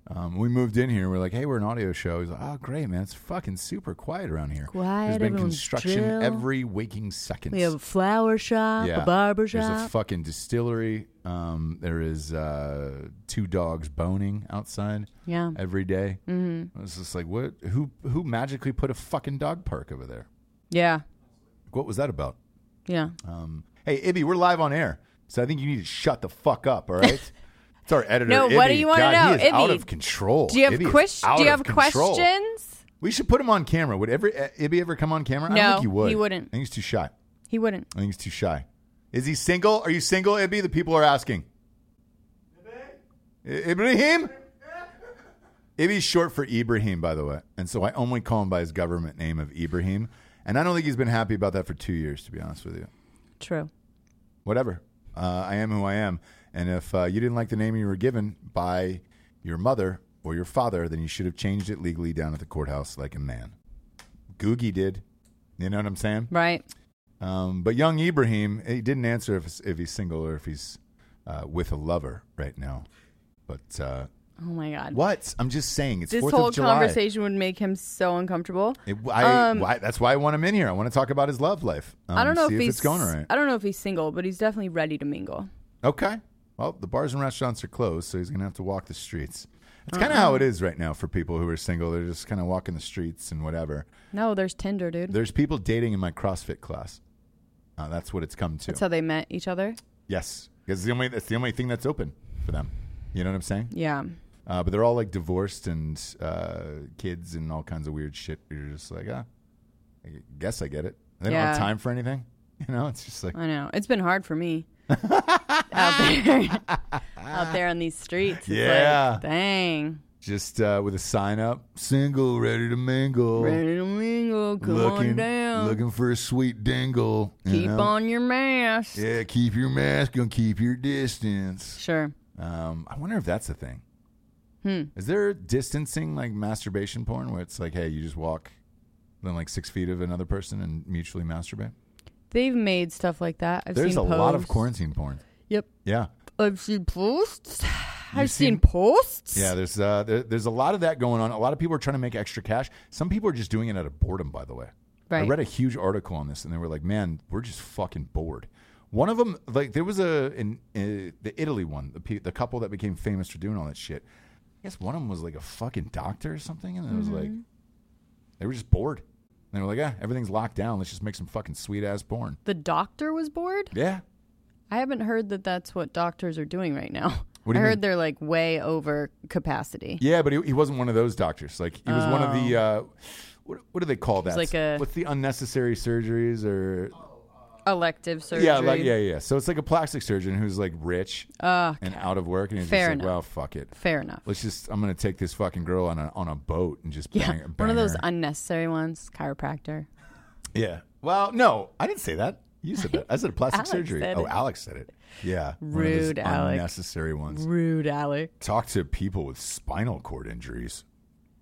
Um, we moved in here. We're like, hey, we're an audio show. He's like, oh, great, man. It's fucking super quiet around here.
Quiet,
There's been
everyone's
construction
chill.
every waking second.
We have a flower shop,
yeah.
a barber
There's a
shop.
fucking distillery. Um, there is uh, two dogs boning outside
yeah.
every day. Mm-hmm. It's just like, what? Who who magically put a fucking dog park over there?
Yeah.
What was that about?
Yeah.
Um, hey, Ibby, we're live on air, so I think you need to shut the fuck up. All right. It's our editor.
No,
Ibby.
what do you wanna
God,
know?
He is out
Ibby,
of control.
Do you have
Ibby Oh, is
ques-
out
Do you
of
have
control.
questions?
We should put him on camera. Would every uh, Ibby ever come on camera? I don't
No,
think he would.
he wouldn't.
I think he's too shy.
He wouldn't.
I think he's too shy. Is he single? Are you single, Ibby? The people are asking. I- Ibrahim? Ibby's short for Ibrahim, by the way. And so I only call him by his government name of Ibrahim. And I don't think he's been happy about that for two years, to be honest with you.
True.
Whatever. Uh, I am who I am. And if uh, you didn't like the name you were given by your mother or your father, then you should have changed it legally down at the courthouse like a man. Googie did. You know what I'm saying?
Right.
Um, but young Ibrahim, he didn't answer if, if he's single or if he's uh, with a lover right now. But uh,
Oh my God.
what? I'm just saying it's
This
Fourth
whole
of July.
conversation would make him so uncomfortable.
It- I,
Um,
why, that's why I want him in here. I want to talk about his love life. Um,
I don't know
see
if, he's
it's going all right.
I don't know if he's single, but he's definitely ready to mingle.
Okay. Well, the bars and restaurants are closed, so he's going to have to walk the streets. It's
Uh-huh.
kind of how it is right now for people who are single. They're just kind of walking the streets and whatever.
No, there's Tinder, dude.
There's people dating in my CrossFit class. Uh, that's what it's come to.
That's how they met each other.
yes, because the only that's the only thing that's open for them. You know what I'm saying?
Yeah.
Uh, but they're all like divorced and uh, kids and all kinds of weird shit. You're just like, ah, I guess I get it. They don't have
Yeah.
time for anything. You know, it's just like,
I know. It's been hard for me out there out there on these streets. It's like,
Yeah.
dang.
just uh, with a sign up, single, ready to mingle.
Ready to mingle. Come on down.
looking for a sweet dingle. you
Keep
know?
on your mask.
Yeah, keep your mask and keep your distance.
Sure.
Um, I wonder if that's a thing.
Hmm.
Is there distancing like masturbation porn where it's like, hey, you just walk within like six feet of another person and mutually masturbate?
They've made stuff like that. I've
There's a
seen
lot of
posts.
quarantine porn.
Yep.
Yeah,
I've seen posts. I've seen,
seen-
posts.
yeah. There's uh, there, there's a lot of that going on. A lot of people are trying to make extra cash. Some people are just doing it out of boredom. By the way,
Right.
I read a huge article on this, and they were like, "Man, we're just fucking bored." One of them, like, there was a in uh, the Italy one, the pe- the couple that became famous for doing all that shit. I guess one of them was like a fucking doctor or something, and it was
Mm-hmm.
like they were just bored. And they were like, "Yeah, everything's locked down. Let's just make some fucking sweet ass porn."
The doctor was bored.
Yeah,
I haven't heard that that's what doctors are doing right now.
What do you
I heard
mean?
they're like way over capacity.
Yeah, but he, he wasn't one of those doctors. Like he was one of the uh, what, what do they call that?
Oh. like a-
What's the unnecessary surgeries or
Elective surgery.
yeah, like yeah, yeah. So it's like a plastic surgeon who's like rich
Ah,
and out of work, and he's just
Fair
like,
enough.
well, fuck it.
fair enough.
Let's just I'm gonna take this fucking girl on a on a boat and just
Yeah,
bang, bang
one of those
her.
unnecessary ones. Chiropractor.
yeah. Well, no, I didn't say that. You said that. I said plastic
Alex
surgery.
said
Oh,
it.
Alex said it. Yeah, one of those
Rude, Alex.
Unnecessary ones.
Rude, Alec.
talk to people with spinal cord injuries.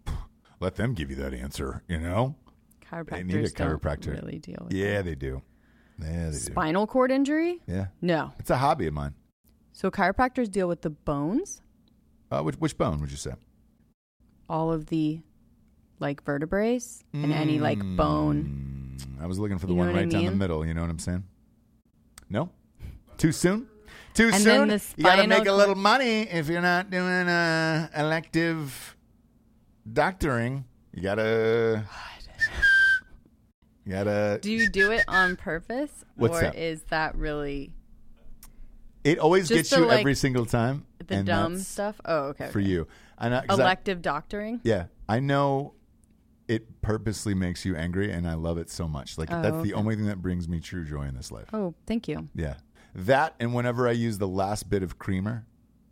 Let them give you that answer. You know.
Chiropractors
need a
don't
chiropractor.
really deal with
Yeah, they do. Yeah, they do.
spinal cord injury.
Yeah,
No.
it's a hobby of mine.
So chiropractors deal with the bones,
Uh, which, which bone would you say?
all of the like vertebrae, and any like
Hmm.
bone.
Mm, I was looking for the
You know
one
what I
right down the
mean?
middle. You know what I'm saying? No, too soon. Too
And
soon.
then the
you gotta
spinal
make a
cord-
little money if you're not doing uh, elective doctoring. You gotta. You gotta.
Do you do it on purpose,
What's
or
that?
is that really
it always
just
gets
the,
you
like,
every single time.
the
and
dumb
that's
stuff? Oh, okay.
for
okay.
you. And I, 'cause I-
Elective doctoring.
Yeah, I know it purposely makes you angry, and I love it so much. Like that's the only thing that brings me true joy in this life.
Oh, thank you.
Yeah, that and whenever I use the last bit of creamer,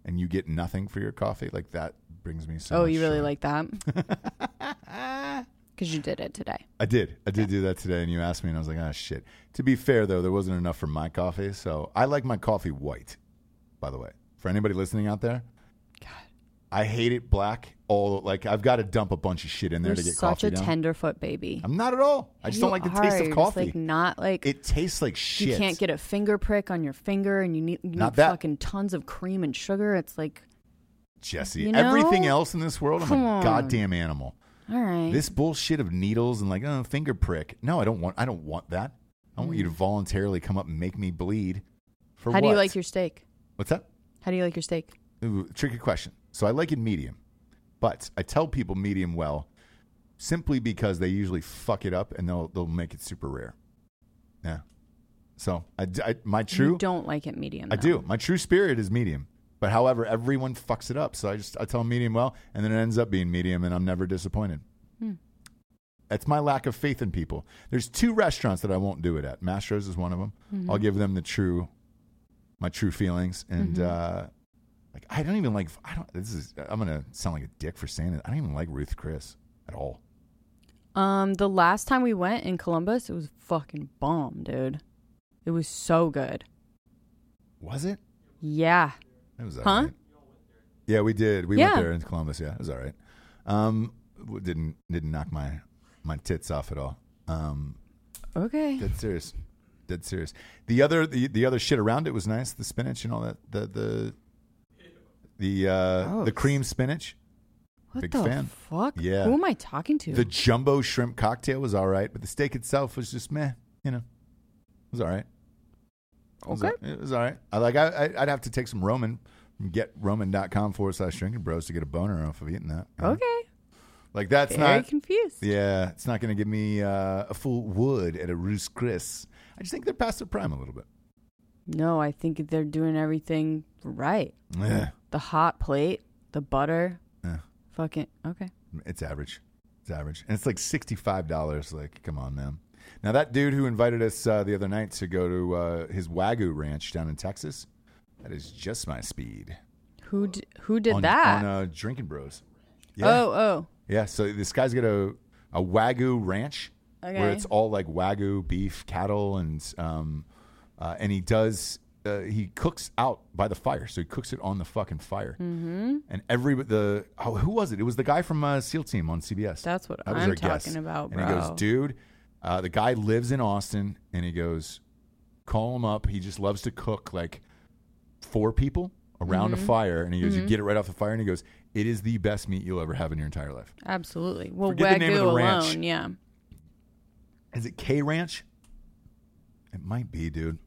and you get nothing for your coffee, like that brings me so.
oh,
much
you really
joy.
like that? Because you did it today.
I did. I did do that today, and you asked me, and I was like, "Ah, shit." To be fair, though, there wasn't enough for my coffee, so I like my coffee white. By the way, for anybody listening out there, I hate it black. All like I've got to dump a bunch of shit in there
You're
to get
such
coffee
a
down.
tenderfoot baby.
I'm not at all. I just don't
You
like the
are.
taste
You're
of
just,
coffee.
like not like
it tastes like shit.
you can't get a finger prick on your finger, and you need, you
Not
need
that.
fucking tons of cream and sugar. It's like,
Jesse.
you
Everything
know?
else in this world, I'm
Come
a
on.
goddamn animal.
all right,
This bullshit of needles and like oh, finger prick. No, I don't want. I don't want that. I want you to voluntarily come up and make me bleed. For
Mm. how do you
what?
like your steak?
What's up?
How do you like your steak?
Ooh, tricky question. So I like it medium, but I tell people medium well simply because they usually fuck it up and they'll they'll make it super rare. Yeah. So I, I my true
You don't like it medium.
I
though.
do. My true spirit is medium. But however, everyone fucks it up. So I just I tell them medium well, and then it ends up being medium, and I'm never disappointed. That's my lack of faith in people. There's two restaurants that I won't do it at. Mastro's is one of them. I'll give them the true, my true feelings, and uh, like I don't even like. I don't. This is. I'm gonna sound like a dick for saying it. I don't even like Ruth Chris at all.
Um, the last time we went in Columbus, it was fucking bomb, dude. It was so good.
Was it?
Yeah.
It was all
Huh?
right. Yeah, we did. We
Yeah.
went there in Columbus. Yeah, it was all right. Um, w- didn't didn't knock my my tits off at all. Um,
Okay.
dead serious, dead serious. The other the, the other shit around it was nice. The spinach and all that. The the the uh, the
Gross.
cream spinach.
What
Big
the
fan.
fuck?
Yeah.
Who am I talking to?
The jumbo shrimp cocktail was all right, but the steak itself was just meh. You know, it was all right. It was
Okay.
all- it was all right. I like. I, I I'd have to take some Roman. Get Roman.com forward slash drinking bros to get a boner off of eating that. you know?
okay.
Like that's
Very
not.
confused.
Yeah, it's not going to give me uh, a full wood at a Roos Chris. I just think they're past their prime a little bit.
No, I think they're doing everything right.
Yeah,
The hot plate, the butter,
Yeah.
fucking okay.
it's average. It's average, and it's like sixty-five dollars. Like, come on, man. Now that dude who invited us uh, the other night to go to uh, his Wagyu Ranch down in Texas, that is just my speed.
Who d- who did
on, on
that?
uh, Drinking Bros.
Oh oh.
Yeah, so this guy's got a, a Wagyu ranch where
Okay.
it's all like Wagyu beef, cattle, and um, uh, and he does uh, he cooks out by the fire, so he cooks it on the fucking fire. Mm-hmm. And every the oh, who was it? It was the guy from uh, SEAL Team on CBS.
That's what
was
I'm
our guest.
talking about,
And he goes,
bro.
dude, uh, the guy lives in Austin, and he goes, call him up. He just loves to cook like four people around
Mm-hmm.
a fire, and he goes, you get it right off the fire, and he goes. It is the best meat you'll ever have in your entire life.
Absolutely. Well,
Forget the
Wagyu
name of the
alone,
ranch.
yeah.
Is it K Ranch? It might be, dude.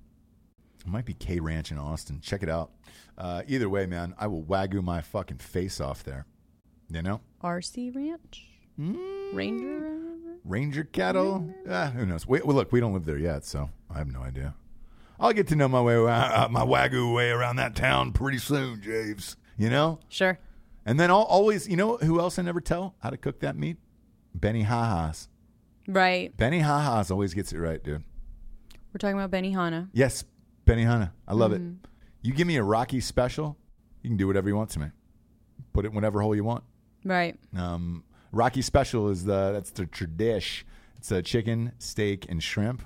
It might be K Ranch in Austin. Check it out. Uh, either way, man, I will wagyu my fucking face off there. You know,
RC Ranch, Mm. Ranger. Ranch?
Ranger cattle. Ah, who knows? We, well, look, we don't live there yet, so I have no idea. I'll get to know my way, uh, my wagyu way around that town pretty soon, Javes. You know,
Sure.
and then I'll always, you know, who else I never tell how to cook that meat? Benny Haas.
Right.
Benny Haas always gets it right, dude.
We're talking about Benihana.
Yes, Benihana. I love it. You give me a Rocky special, you can do whatever you want to me. Put it in whatever hole you want.
Right.
Um, Rocky special is the that's the tradish. It's a chicken, steak, and shrimp,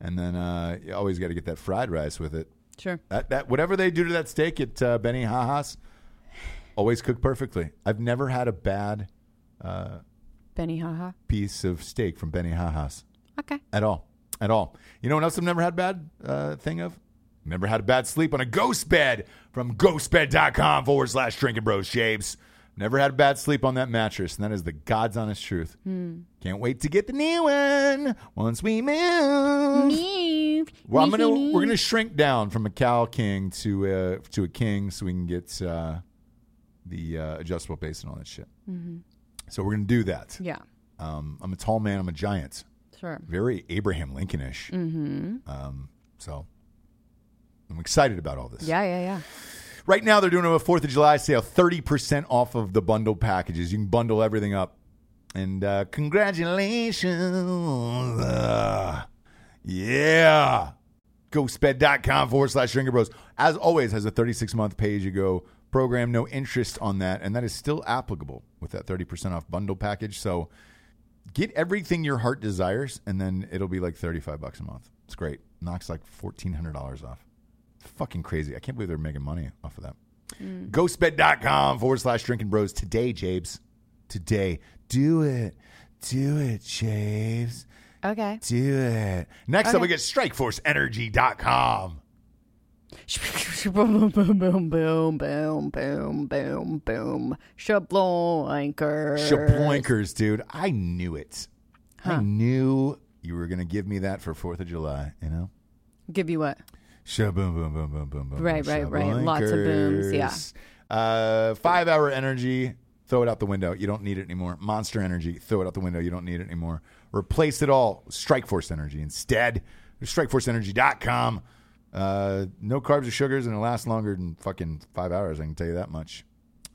and then uh, you always got to get that fried rice with it.
Sure.
That that whatever they do to that steak at uh, Benny Haas, always cooked perfectly. I've never had a bad uh,
Benihaha.
piece of steak from Benny Haas
Okay.
at all, at all. You know what else I've never had bad uh, thing of? Never had a bad sleep on a ghost bed from ghostbed.com forward slash drinking bros shapes. Never had a bad sleep on that mattress, and that is the God's honest truth. Can't wait to get the new one once we move. Well, I'm gonna we're gonna shrink down from a cow king to a to a king, so we can get uh, the uh, adjustable base and all that shit. So we're gonna do that.
Yeah.
Um, I'm a tall man. I'm a giant
Sure.
very Abraham Lincolnish. Mm-hmm. Um, so I'm excited about all this.
Yeah. Yeah. Yeah.
Right now, they're doing a Fourth of July sale, thirty percent off of the bundle packages. You can bundle everything up, and uh, congratulations! Uh, yeah, ghostbed.com forward slash drinker bros. As always, has a thirty-six month pay as you go program. No interest on that, and that is still applicable with that thirty percent off bundle package. So get everything your heart desires, and then it'll be like thirty-five bucks a month. It's great. Knocks like fourteen hundred dollars off fucking crazy. I can't believe they're making money off of that. Ghostbed.com forward slash drinking bros today, Jabes. Today. Do it. Do it, Jabes.
Okay.
Do it. Next up,
Okay.
we get strikeforceenergy.com.
boom, boom, boom, boom, boom, boom, boom, boom. Shabloinker.
Shapoinkers, dude. I knew it. I knew you were going to give me that for 4th of July, you know?
Give you what?
Shaboom, boom, boom, boom, boom, boom.
Right, right, right. Lots of booms, yeah.
Shablinkers. Uh, five hour energy, throw it out the window. You don't need it anymore. Monster energy, throw it out the window. You don't need it anymore. Replace it all. with Strikeforce energy instead. Strikeforceenergy.com. Uh, no carbs or sugars, and it lasts longer than fucking five hours. I can tell you that much.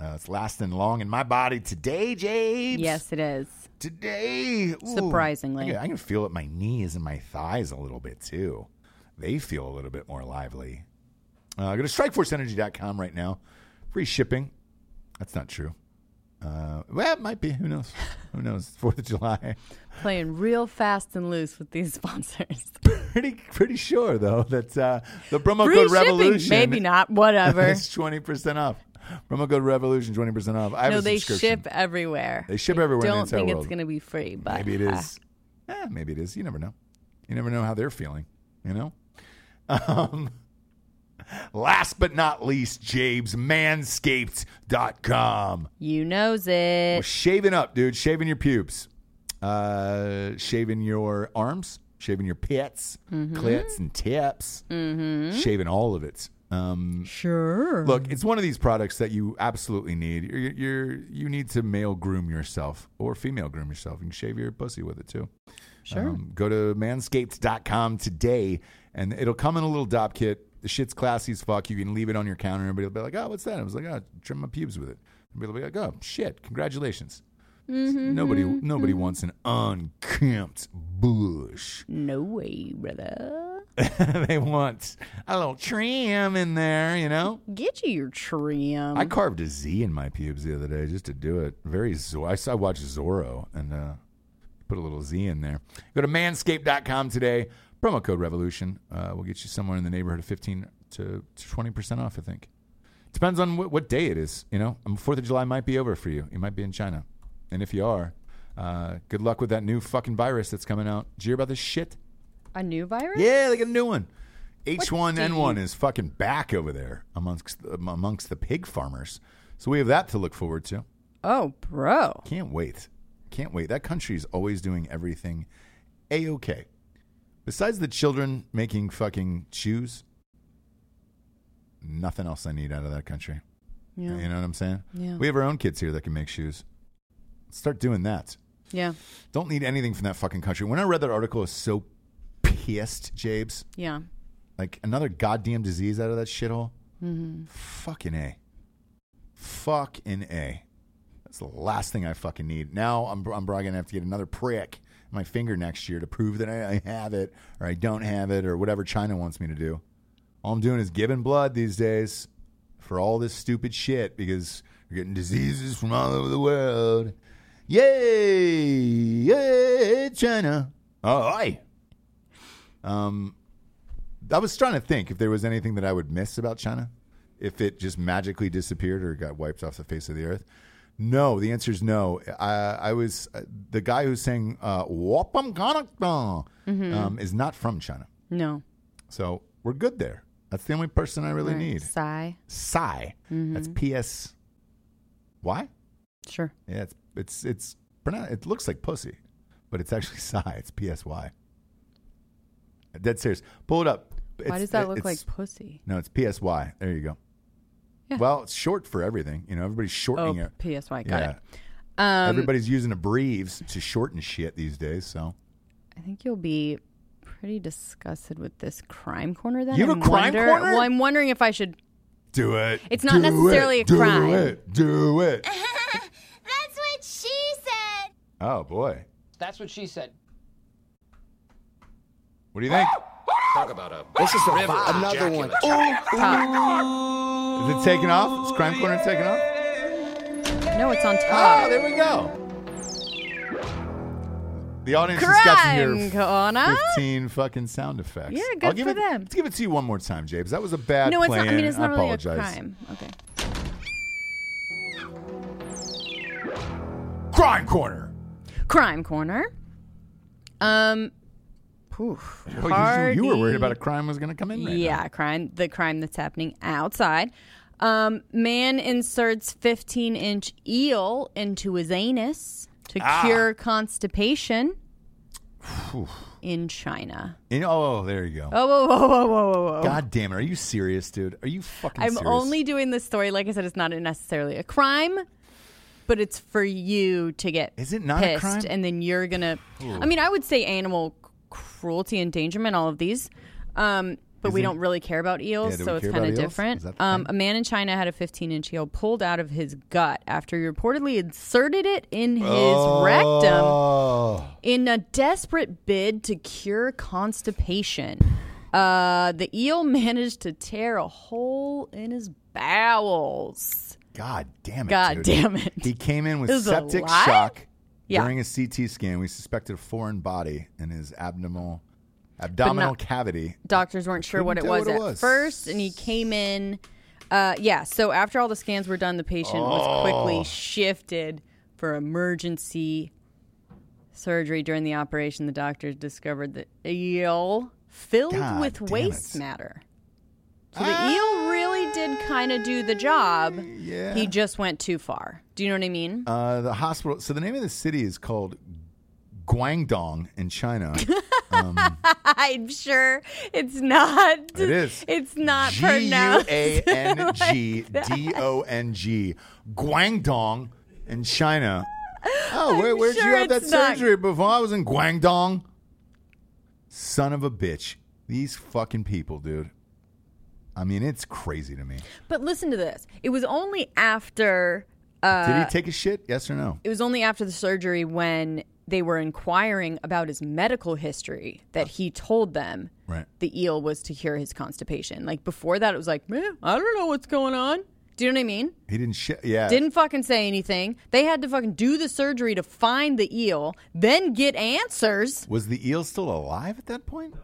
Uh, it's lasting long in my body today, James.
Yes, it is.
Today. Ooh.
Surprisingly.
I can, I can feel it my knees and my thighs a little bit too. They feel a little bit more lively. Uh, go to strikeforceenergy.com right now. Free shipping. That's not true. Uh, well, it might be. Who knows? Who knows? Fourth of July.
Playing real fast and loose with these sponsors.
pretty pretty sure though that uh, the promo
Free
code
shipping,
Revolution
maybe not. Whatever.
is twenty percent off. Promo code Revolution twenty percent off. I have
no,
a
they
subscription.
ship everywhere.
They ship everywhere in the
Don't
entire
think
world.
it's going to be free, but
Maybe it
uh,
is. Eh, maybe it is. You never know. You never know how they're feeling. You know. Um, last but not least, James Manscaped.com.
you knows it.
Well, shaving up, dude. Shaving your pubes, uh, shaving your arms, shaving your pits,
Mm-hmm.
clits, and tips. Shaving all of it. Um,
sure.
Look, it's one of these products that you absolutely need. You're, you're you need to male groom yourself or female groom yourself. You can shave your pussy with it too. Sure. Um, go to manscaped.com today and it'll come in a little dop kit. The shit's classy as fuck. You can leave it on your counter and everybody will be like, oh, what's that? I was like, oh, trim my pubes with it. And people will be like, oh, shit, congratulations. Nobody nobody wants an unkempt bush.
No way, brother.
they want a little trim in there, you know?
Get you your trim.
I carved a Z in my pubes the other day just to do it. Very Zo- I, saw, I watched Zorro and uh, put a little Z in there. Go to manscaped.com today. Promo code Revolution. Uh, we'll get you somewhere in the neighborhood of 15 to to 20% off, I think. Depends on what, what day it is. You know, Um, 4th of July might be over for you. You might be in China. And if you are, uh, good luck with that new fucking virus that's coming out. Did you hear about this shit?
a new virus?
Yeah, they got a new one. H1N1 is fucking back over there amongst um, amongst the pig farmers. So we have that to look forward to.
Oh, bro.
Can't wait. Can't wait. That country is always doing everything a okay. Besides the children making fucking shoes, nothing else I need out of that country.
Yeah.
You know what I'm saying?
Yeah.
We have our own kids here that can make shoes. Start doing that.
Yeah.
Don't need anything from that fucking country. When I read that article, I was so pissed, Jabes
Yeah.
like another goddamn disease out of that shithole. Fucking a, fucking a. That's the last thing I fucking need. Now I'm I'm probably gonna have to get another prick in my finger next year to prove that I, I have it or I don't have it or whatever China wants me to do. All I'm doing is giving blood these days for all this stupid shit because we're getting diseases from all over the world. Yay! Yay, China! Oh, aye. Um, I was trying to think if there was anything that I would miss about China, if it just magically disappeared or got wiped off the face of the earth. No, the answer is no. I, I was uh, the guy who sang uh, "Wapam Kanakta,"
Mm-hmm.
um, is not from China,
No.
so we're good there. That's the only person I really
All right. Mm-hmm.
need.
Sigh.
Psy. That's P S. Why?
Sure.
Yeah, it's it's it's pronounced. It looks like pussy, but it's actually Psy. It's P S Y. Dead serious. Pull it up.
Why
It's-
does that
it-
look
it's-
like pussy?
no, it's PSY. There you go.
Yeah.
Well, it's short for everything. You know, everybody's
Oh,
shortening it.
PSY. Got
yeah.
it. Um,
everybody's using abbreves to shorten shit these days. So
I think you'll be pretty disgusted with this crime corner then.
You have a
I'm
crime
wonder-
corner?
Well, I'm wondering if I should.
do it.
It's not
Do it.
necessarily a
Do
crime.
it. Do it.
That's what she said.
Oh boy.
That's what she said.
What do you think?
Talk about a this is another one.
Is it taking off? Is Crime Corner taking off?
No, it's on
Ah,
top.
there we go. The audience has got some
crime
here.
corner.
15 fucking sound effects.
Yeah, good
I'll give
for
it,
them.
Let's give it to you one more time, James. That was a bad
No, it's not.
plan.
I mean, it's not really
apologize.
a crime. Okay.
Crime Corner.
Crime corner. Um. Poof.
Oh, you, you were worried
Party.
about a crime was going to come in right
yeah, crime. The crime that's happening outside. Um, man inserts 15 inch eel into his anus to cure constipation in China.
now. And- oh, there you go.
Oh, whoa, whoa, whoa, whoa, whoa, whoa.
God damn it. Are you serious, dude? Are you fucking
I'm
serious?
only doing this story. Like I said, it's not necessarily a crime, but it's for you to get
Is it not a
pissed,
crime?
and then you're gonna. I mean, I would say animal c- cruelty, endangerment, all of these. Um, but we don't really care about eels,
Yeah, do
so
we
it's
care
kind
about
of
eels?
different.
Is that the
Um,
thing?
a man in China had a 15 inch eel pulled out of his gut after he reportedly inserted it in his rectum
Oh.
in a desperate bid to cure constipation. Uh, the eel managed to tear a hole in his bowels.
God damn it.
God
dude.
damn it.
He came in with
This is a
septic
lie?
shock
Yeah.
during a CT scan. We suspected a foreign body in his abdominal abdominal
not-
cavity.
doctors weren't sure what it
Couldn't
was
tell
at
what it was.
first, and he came in. Uh, yeah, so after all the scans were done, the patient was
Oh.
quickly shifted for emergency surgery. During the operation, the doctors discovered the eel filled
God
with
damn
waste
it. Ah.
matter. So the eel really did kind of do the job.
Yeah.
He just went too far. Do you know what I mean?
Uh, the hospital. So the name of the city is called Guangdong in China. um,
I'm sure it's not.
It is.
It's not
G U
pronounced.
A N G D O N G. Guangdong in China. Oh, where, where'd
sure
you have that
it's not-
surgery before? I was in Guangdong. Son of a bitch. These fucking people, dude. I mean, it's crazy to me.
But listen to this. It was only after Uh,
Did he take a shit? Yes or no?
it was only after the surgery when they were inquiring about his medical history that he told them
Right.
the eel was to cure his constipation. Like before that, it was like, man, I don't know what's going on. Do you know what I mean?
He didn't shit. Yeah.
Didn't fucking say anything. They had to fucking do the surgery to find the eel, then get answers.
Was the eel still alive at that point?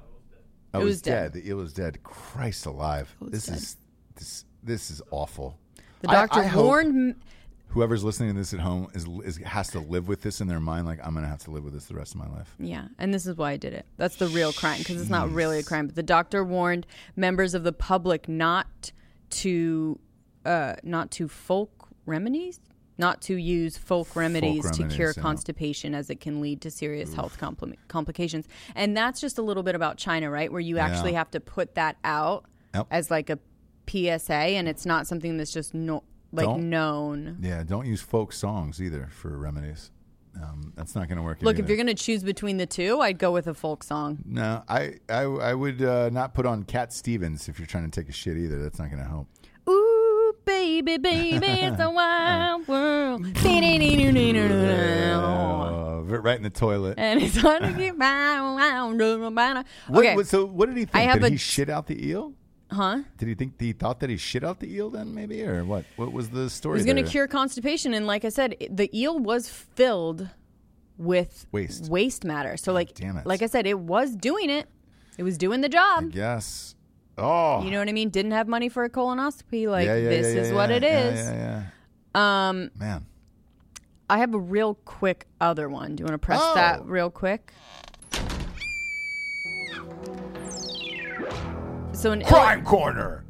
Oh,
It was dead.
The eel was dead. Christ alive. This is this this is awful.
The
I-
doctor
I hope-
warned. m-
whoever's listening to this at home is, is has to live with this in their mind. Like I'm gonna have to live with this the rest of my life.
Yeah, and this is why I did it. That's the real crime because it's not really a crime. But the doctor warned members of the public not to, uh, not to folk remedies, not to use folk remedies to
remedies,
cure
yeah.
constipation, as it can lead to serious health compli- complications. And that's just a little bit about China, right? Where you actually have to put that out
Yep.
as like a PSA, and it's not something that's just no like
Don't-
known.
Yeah, don't use folk songs either for remedies. Um, that's not gonna work.
Look, if you're gonna choose between the two, I'd go with a folk song.
no, I I, I would uh, not put on Cat Stevens if you're trying to take a shit either. That's not gonna help.
Ooh, baby, baby, it's a wild world. Oh. and
Uh, right in the toilet.
it's hard to get round. Okay.
What, what- so what did he think?
I have
did
a-
he shit out the eel? Huh? Did he think he thought that he shit out the eel then maybe or what? What was the story?
It's going to
there?
cure constipation. And like I said, it- the eel was filled with
Waste.
waste matter. So, like,
damn it.
like I said, it was doing it, it was doing the
I
job.
guess. Oh,
You know what I mean? Didn't have money for a colonoscopy. Like,
Yeah, yeah,
this
yeah,
is
yeah,
what
yeah,
it
yeah,
is.
yeah, Um, man.
I have a real quick other one. Do you want to press
Oh.
that real quick? So an
Crime Corner.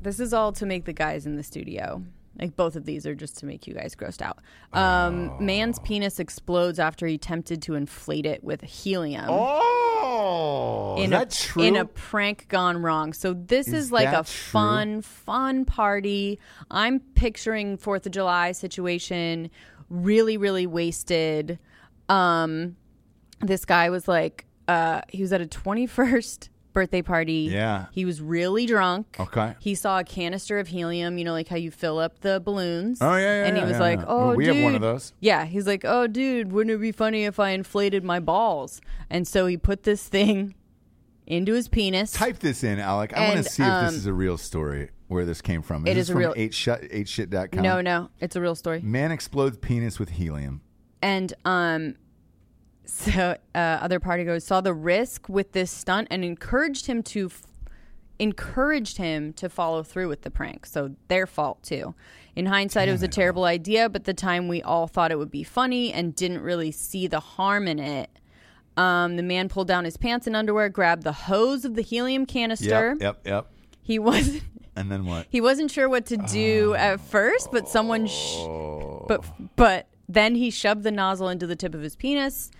this is all to make the guys in the studio. Like both of these are just to make you guys grossed out. Um, Man's penis explodes after he attempted to inflate it with helium.
Oh, is
in a,
that true?
In a prank gone wrong. So this is,
Is
like a
that true?
fun, fun party. I'm picturing Fourth of July situation, really, really wasted. Um, this guy was like, uh, he was at a 21st birthday party.
Yeah.
He was really drunk.
Okay.
He saw a canister of helium, you know, like how you fill up the balloons.
Oh, yeah, yeah,
And he
yeah,
was
yeah,
like,
yeah.
oh,
We
dude.
have one of those.
Yeah, he's like, "Oh, dude, wouldn't it be funny if I inflated my balls?" And so he put this thing into his penis.
Type this in, Alec. I want
And,
to see if
um,
this is a real story where this came from. Is
it
this
is a
from
real-
eight shut eight shit.com?
No, no, it's a real story.
Man explodes penis with helium.
And um, so uh, other party goes saw the risk with this stunt and encouraged him to f- encouraged him to follow through with the prank. So their fault too. In hindsight, it was a terrible idea, but at the time we all thought it would be funny and didn't really see the harm in it. Um, the man pulled down his pants and underwear, grabbed the hose of the helium canister.
Yep, yep, yep.
He wasn't
And then what?
he wasn't sure what to do at first, but someone, sh- but but then he shoved the nozzle into the tip of his penis.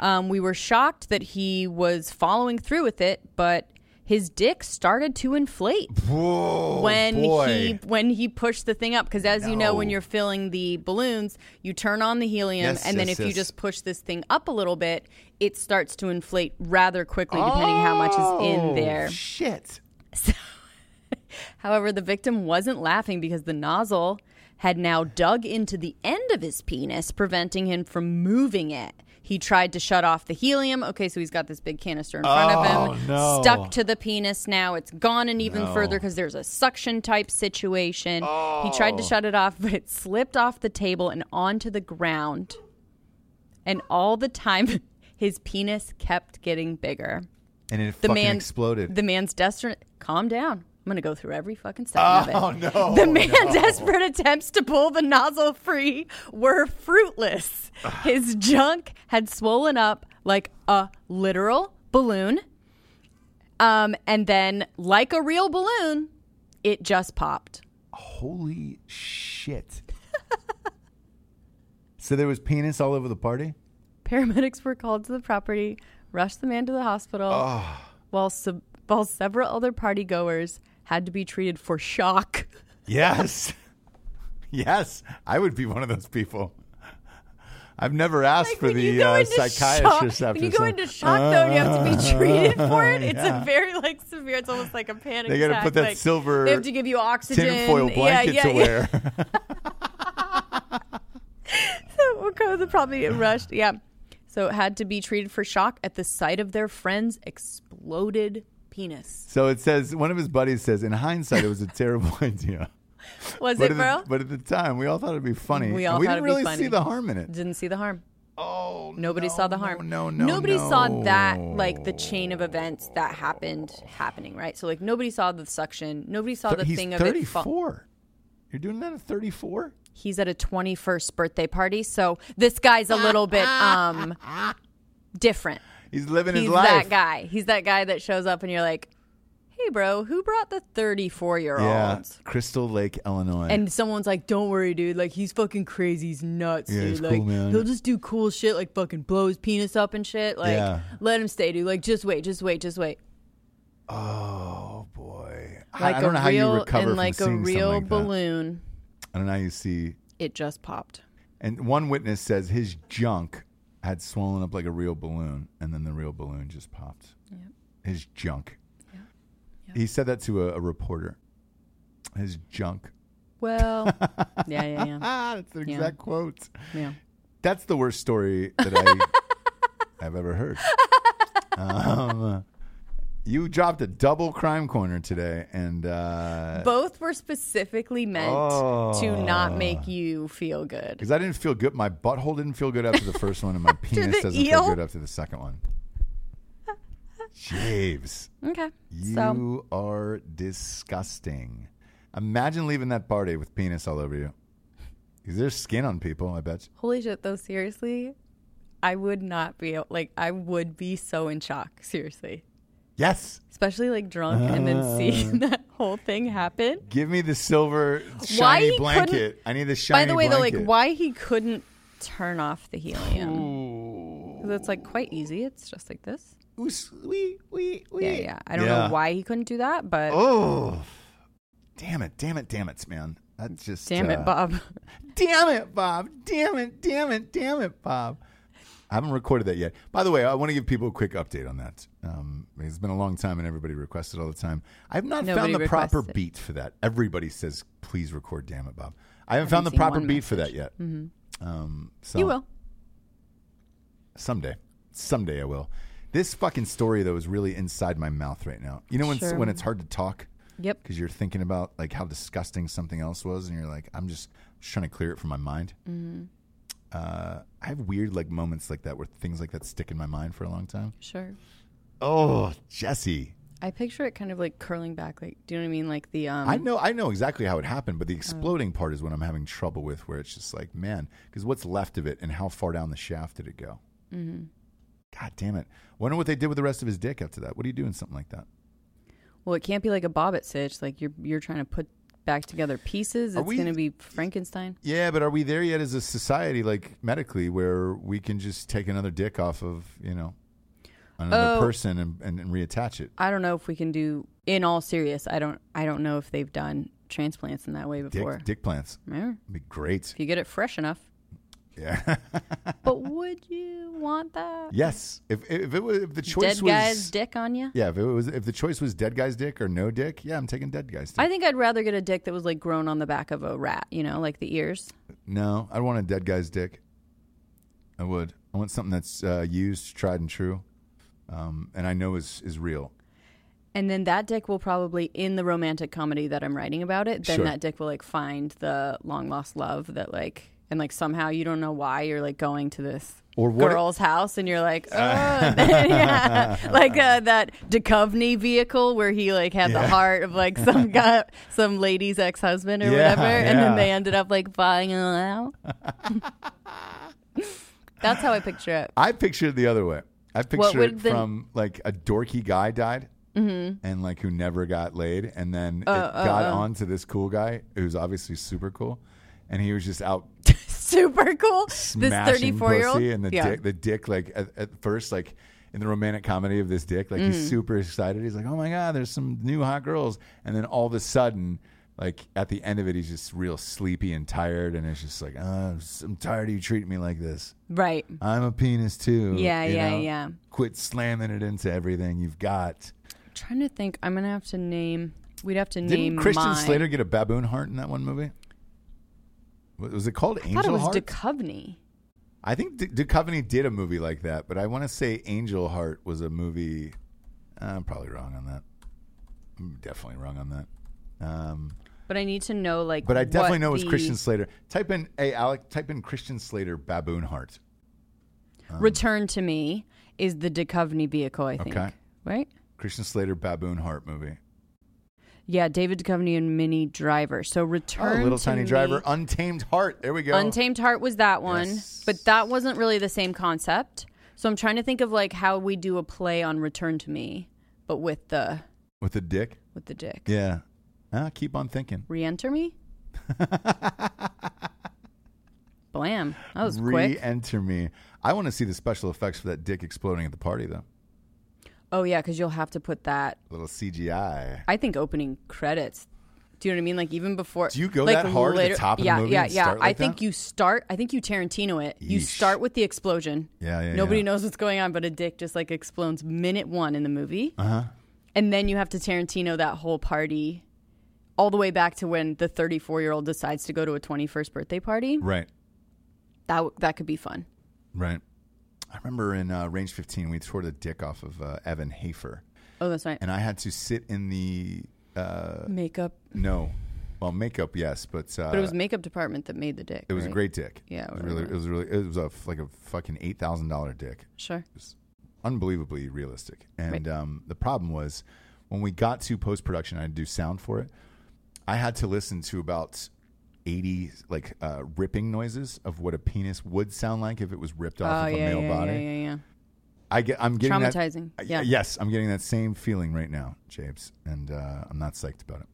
Um, we were shocked that he was following through with it, but his dick started to inflate
Whoa,
when
Oh, boy.
he when he pushed the thing up. Because as you know, when
No.
you're filling the balloons, you turn on the helium,
Yes,
and then
yes,
if you
yes.
just push this thing up a little bit, it starts to inflate rather quickly, depending how much is in
Oh,
there.
Shit.
However, the victim wasn't laughing because the nozzle had now dug into the end of his penis, preventing him from moving it. He tried to shut off the helium. Okay, so he's got this big canister in front
Oh,
of him,
no.
stuck to the penis now. It's gone and even
No.
further because there's a suction type situation. He tried
Oh.
to shut it off, but it slipped off the table and onto the ground. And all the time, his penis kept getting bigger
and it
the
fucking
man
exploded.
The man's desperate. Calm down. I'm gonna go through every fucking second
oh
of it.
no!
The man's desperate attempts to pull the nozzle free were fruitless. His junk had swollen up like a literal balloon. Um, and then, like a real balloon, it just popped.
Holy shit! so there was penis all over the party.
Paramedics were called to the property, rushed the man to the hospital, while, sub- while several other party goers had to be treated for shock.
Yes, yes, I would be one of those people. I've never asked
Like,
for
when
the
you go
uh,
into
psychiatrist
shock,
after
when you go
some-
into shock though and you have to be treated for it it's
yeah.
a very like severe it's almost like a panic
They gotta
attack,
put that
like,
silver
they have to give you oxygen
tinfoil blanket
yeah, yeah,
to wear.
yeah. we'll go to the probably get rushed yeah so it had to be treated for shock at the sight of their friend's exploded penis
so it says one of his buddies says, in hindsight, it was a terrible idea.
was
But
it
at, the,
bro
but at the time, we all thought it'd be funny.
We
and
all
we
thought
didn't
it'd be
really
funny.
see the harm in it.
didn't see the harm
Oh,
nobody
no,
saw the
no,
harm
No, no,
nobody saw
no.
that like the chain of events that happened happening right so like nobody saw the suction nobody saw
Th-
the
he's
thing of it fall-
34. You're doing that at 34?
he's at a 21st birthday party so this guy's a little bit um different
He's living
he's
his life.
that guy he's that guy that shows up and you're like hey bro who brought the 34 year old
Yeah, Crystal Lake, Illinois.
and someone's like don't worry dude like he's fucking crazy he's nuts
Yeah,
dude
he's
like
cool, man."
he'll just do cool shit like fucking blow his penis up and shit like
Yeah.
let him stay dude like just wait just wait just wait
oh boy, I-
like
I don't
a
know how
real
you recover
and
from
like a
seeing something
real
like that.
balloon
I don't know how you see.
it just popped
And one witness says his junk had swollen up like a real balloon, and then the real balloon just popped. His junk. He said that to a, a reporter. His junk.
well yeah yeah yeah
Ah, that's the exact quote.
yeah
That's the worst story that I have ever heard. Um, you dropped a double crime corner today, and uh,
Both were specifically meant to
Oh.
not make you feel good.
because I didn't feel good, my butthole didn't feel good after the first one, and my penis
the
doesn't
eel?
feel good after the second one. Javes,
Okay.
you
So
are disgusting. Imagine leaving that party with penis all over you. 'Cause there's skin on people? I bet.
holy shit though, seriously, I would not be like I would be so in shock, seriously.
Yes.
Especially like drunk and
Ah.
then seeing that whole thing happen.
Give me the silver
Why
shiny
he
blanket.
couldn't-
I need the shiny.
By the way though,
blanket. Oh.
like why he couldn't turn off the helium. That's like quite easy. It's just like this.
Oops, wee, wee, wee.
Yeah, yeah. I don't
Yeah.
know why he couldn't do that, but
Oh, damn it, damn it, damn it, man. That's just
damn
uh,
it, Bob.
Damn it, Bob. Damn it, damn it, damn it, Bob. I haven't recorded that yet. By the way, I want to give people a quick update on that. Um, it's been a long time, and everybody requests it all the time. I have not
Nobody
found the proper
requests it.
beat for that. Everybody says, "Please record, damn it, Bob." I haven't, found the
seen
proper
one
beat for that
message. Mm-hmm.
yet. Um, so
you will.
Someday. Someday I will. This fucking story though is really inside my mouth right now. You know when
Sure.
when it's hard to talk
Yep.
because you're thinking about like how disgusting something else was, and you're like, I'm just, just trying to clear it from my mind. Uh, I have weird like moments like that where things like that stick in my mind for a long time.
Sure.
Oh, Jesse,
I picture it kind of like curling back, like do you know what I mean? Like the um,
I know I know exactly how it happened, but the exploding part is what I'm having trouble with, where it's just like, man, because what's left of it, and how far down the shaft did it go? Mm-hmm. God damn it! Wonder what they did with the rest of his dick after that. What do you do in something like that?
well, it can't be like a bobbit stitch. Like you're you're trying to put back together pieces.
Are
It's
we-
going to be Frankenstein.
Yeah, but are we there yet as a society, like medically, where we can just take another dick off of you know another
Oh.
person and, and, and reattach it?
I don't know if we can do. In all serious, I don't I don't know if they've done transplants in that way
Dick,
before.
dick plants
Yeah.
would be great.
If you get it fresh enough,
Yeah.
But would you want that?
yes. If if it was if the choice
Dead
was
guy's dick on you?
yeah, if it was if the choice was dead guy's dick or no dick, yeah, I'm taking dead guy's dick.
I think I'd rather get a dick that was like grown on the back of a rat, you know, like the ears.
no, I'd want a dead guy's dick. I would. I want something that's uh, used, tried, and true, um, and I know is is real.
And then that dick will probably in the romantic comedy that I'm writing about it, then
Sure.
that dick will like find the long lost love that like and like somehow you don't know why you're like going to this
Or what-
girl's house and you're like, oh, yeah. like uh, that Duchovny vehicle where he like had the heart of like some guy, some lady's ex husband or
Yeah,
whatever, and
yeah.
then they ended up like buying it out. That's how I picture it.
I pictured it the other way. I pictured
would
it
the- Mm-hmm.
from like a dorky guy died and like who never got laid, and then
Uh,
it got on to this cool guy who's obviously super cool, and he was just out
Super cool. this
smashing
34 year old
pussy and the dick, the dick like at, at first like in the romantic comedy of this dick, like
Mm.
he's super excited. He's like, "Oh my god, there's some new hot girls," and then all of a sudden. Like at the end of it, he's just real sleepy and tired, and it's just like, oh, I'm tired of you treating me like this.
Right.
I'm a penis too.
Yeah,
you
yeah,
know?
yeah.
Quit slamming it into everything you've got.
trying to think. I'm gonna have to name. We'd have to
Didn't
name.
Christian
mine.
Slater get a baboon heart in that one movie? Wa- Was it called
I thought it
Angel
was
Heart?
Duchovny.
I think D- Duchovny did a movie like that, but I want to say Angel Heart was a movie. uh, I'm probably wrong on that. I'm definitely wrong on that. Um,
But I need to know like.
but I definitely
what
know it was
the
Christian Slater. Type in, hey Alec, type in Christian Slater baboon heart.
Return to me is the Duchovny vehicle. I think.
Okay.
Right.
Christian Slater baboon heart movie.
Yeah, David Duchovny and Minnie Driver. So return.
oh, little
to
tiny
me.
driver, untamed heart. There we go.
Untamed Heart was that one,
Yes.
but that wasn't really the same concept. So I'm trying to think of like how we do a play on Return to Me, but with the
with a dick.
with the dick.
Yeah. Ah, keep on thinking.
Re-enter me. Blam! That was quick.
Re-enter me. I want to see the special effects for that dick exploding at the party, though.
Oh yeah, because you'll have to put that.
little CGI.
I think opening credits. Do you know what I mean? Like even before.
Do you go that hard at the top of the
yeah,
movie
Yeah,
and
yeah,
start
I
like
think
that?
you start. I think you Tarantino it. You
Yeesh.
start with the explosion.
Yeah, yeah.
Nobody
yeah.
knows what's going on, but a dick just like explodes minute one in the movie. Uh
Uh-huh.
huh. And then you have to Tarantino that whole party, all the way back to when the 34 year old decides to go to a 21st birthday party.
Right,
That that could be fun.
right. I remember in uh, Range 15, we tore the dick off of uh, Evan Hafer,
Oh, that's right.
and I had to sit in the uh,
makeup,
no, well, makeup, yes, but uh,
but it was makeup department that made the dick.
it was a
right?
great dick.
Yeah,
it was really,
whatever.
it was really, it was a f- like a fucking eight thousand dollar dick.
Sure.
unbelievably realistic. And um, the problem was when we got to post production, I had to do sound for it. I had to listen to about eighty like uh, ripping noises of what a penis would sound like if it was ripped off
Oh
of a
yeah,
male
yeah,
body.
yeah, yeah, yeah.
I get, I'm getting that-
Traumatizing.
I-
Yeah.
Yes, I'm getting that same feeling right now, James, and uh, I'm not psyched about it.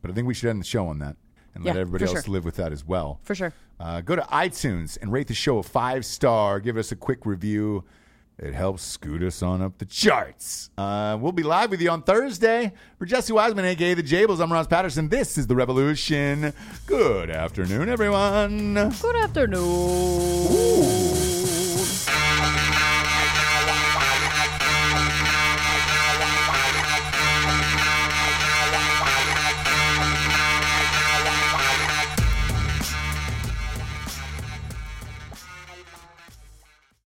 But I think we should end the show on that and let
Yeah,
everybody
for
else
sure.
live with that as well.
For sure.
Uh, go to iTunes and rate the show a five star. Give us a quick review. It helps scoot us on up the charts. Uh, we'll be live with you on Thursday. For Jesse Wiseman, aka The Jables, I'm Ross Patterson. This is The Revolution. Good afternoon, everyone.
Good afternoon.
Ooh.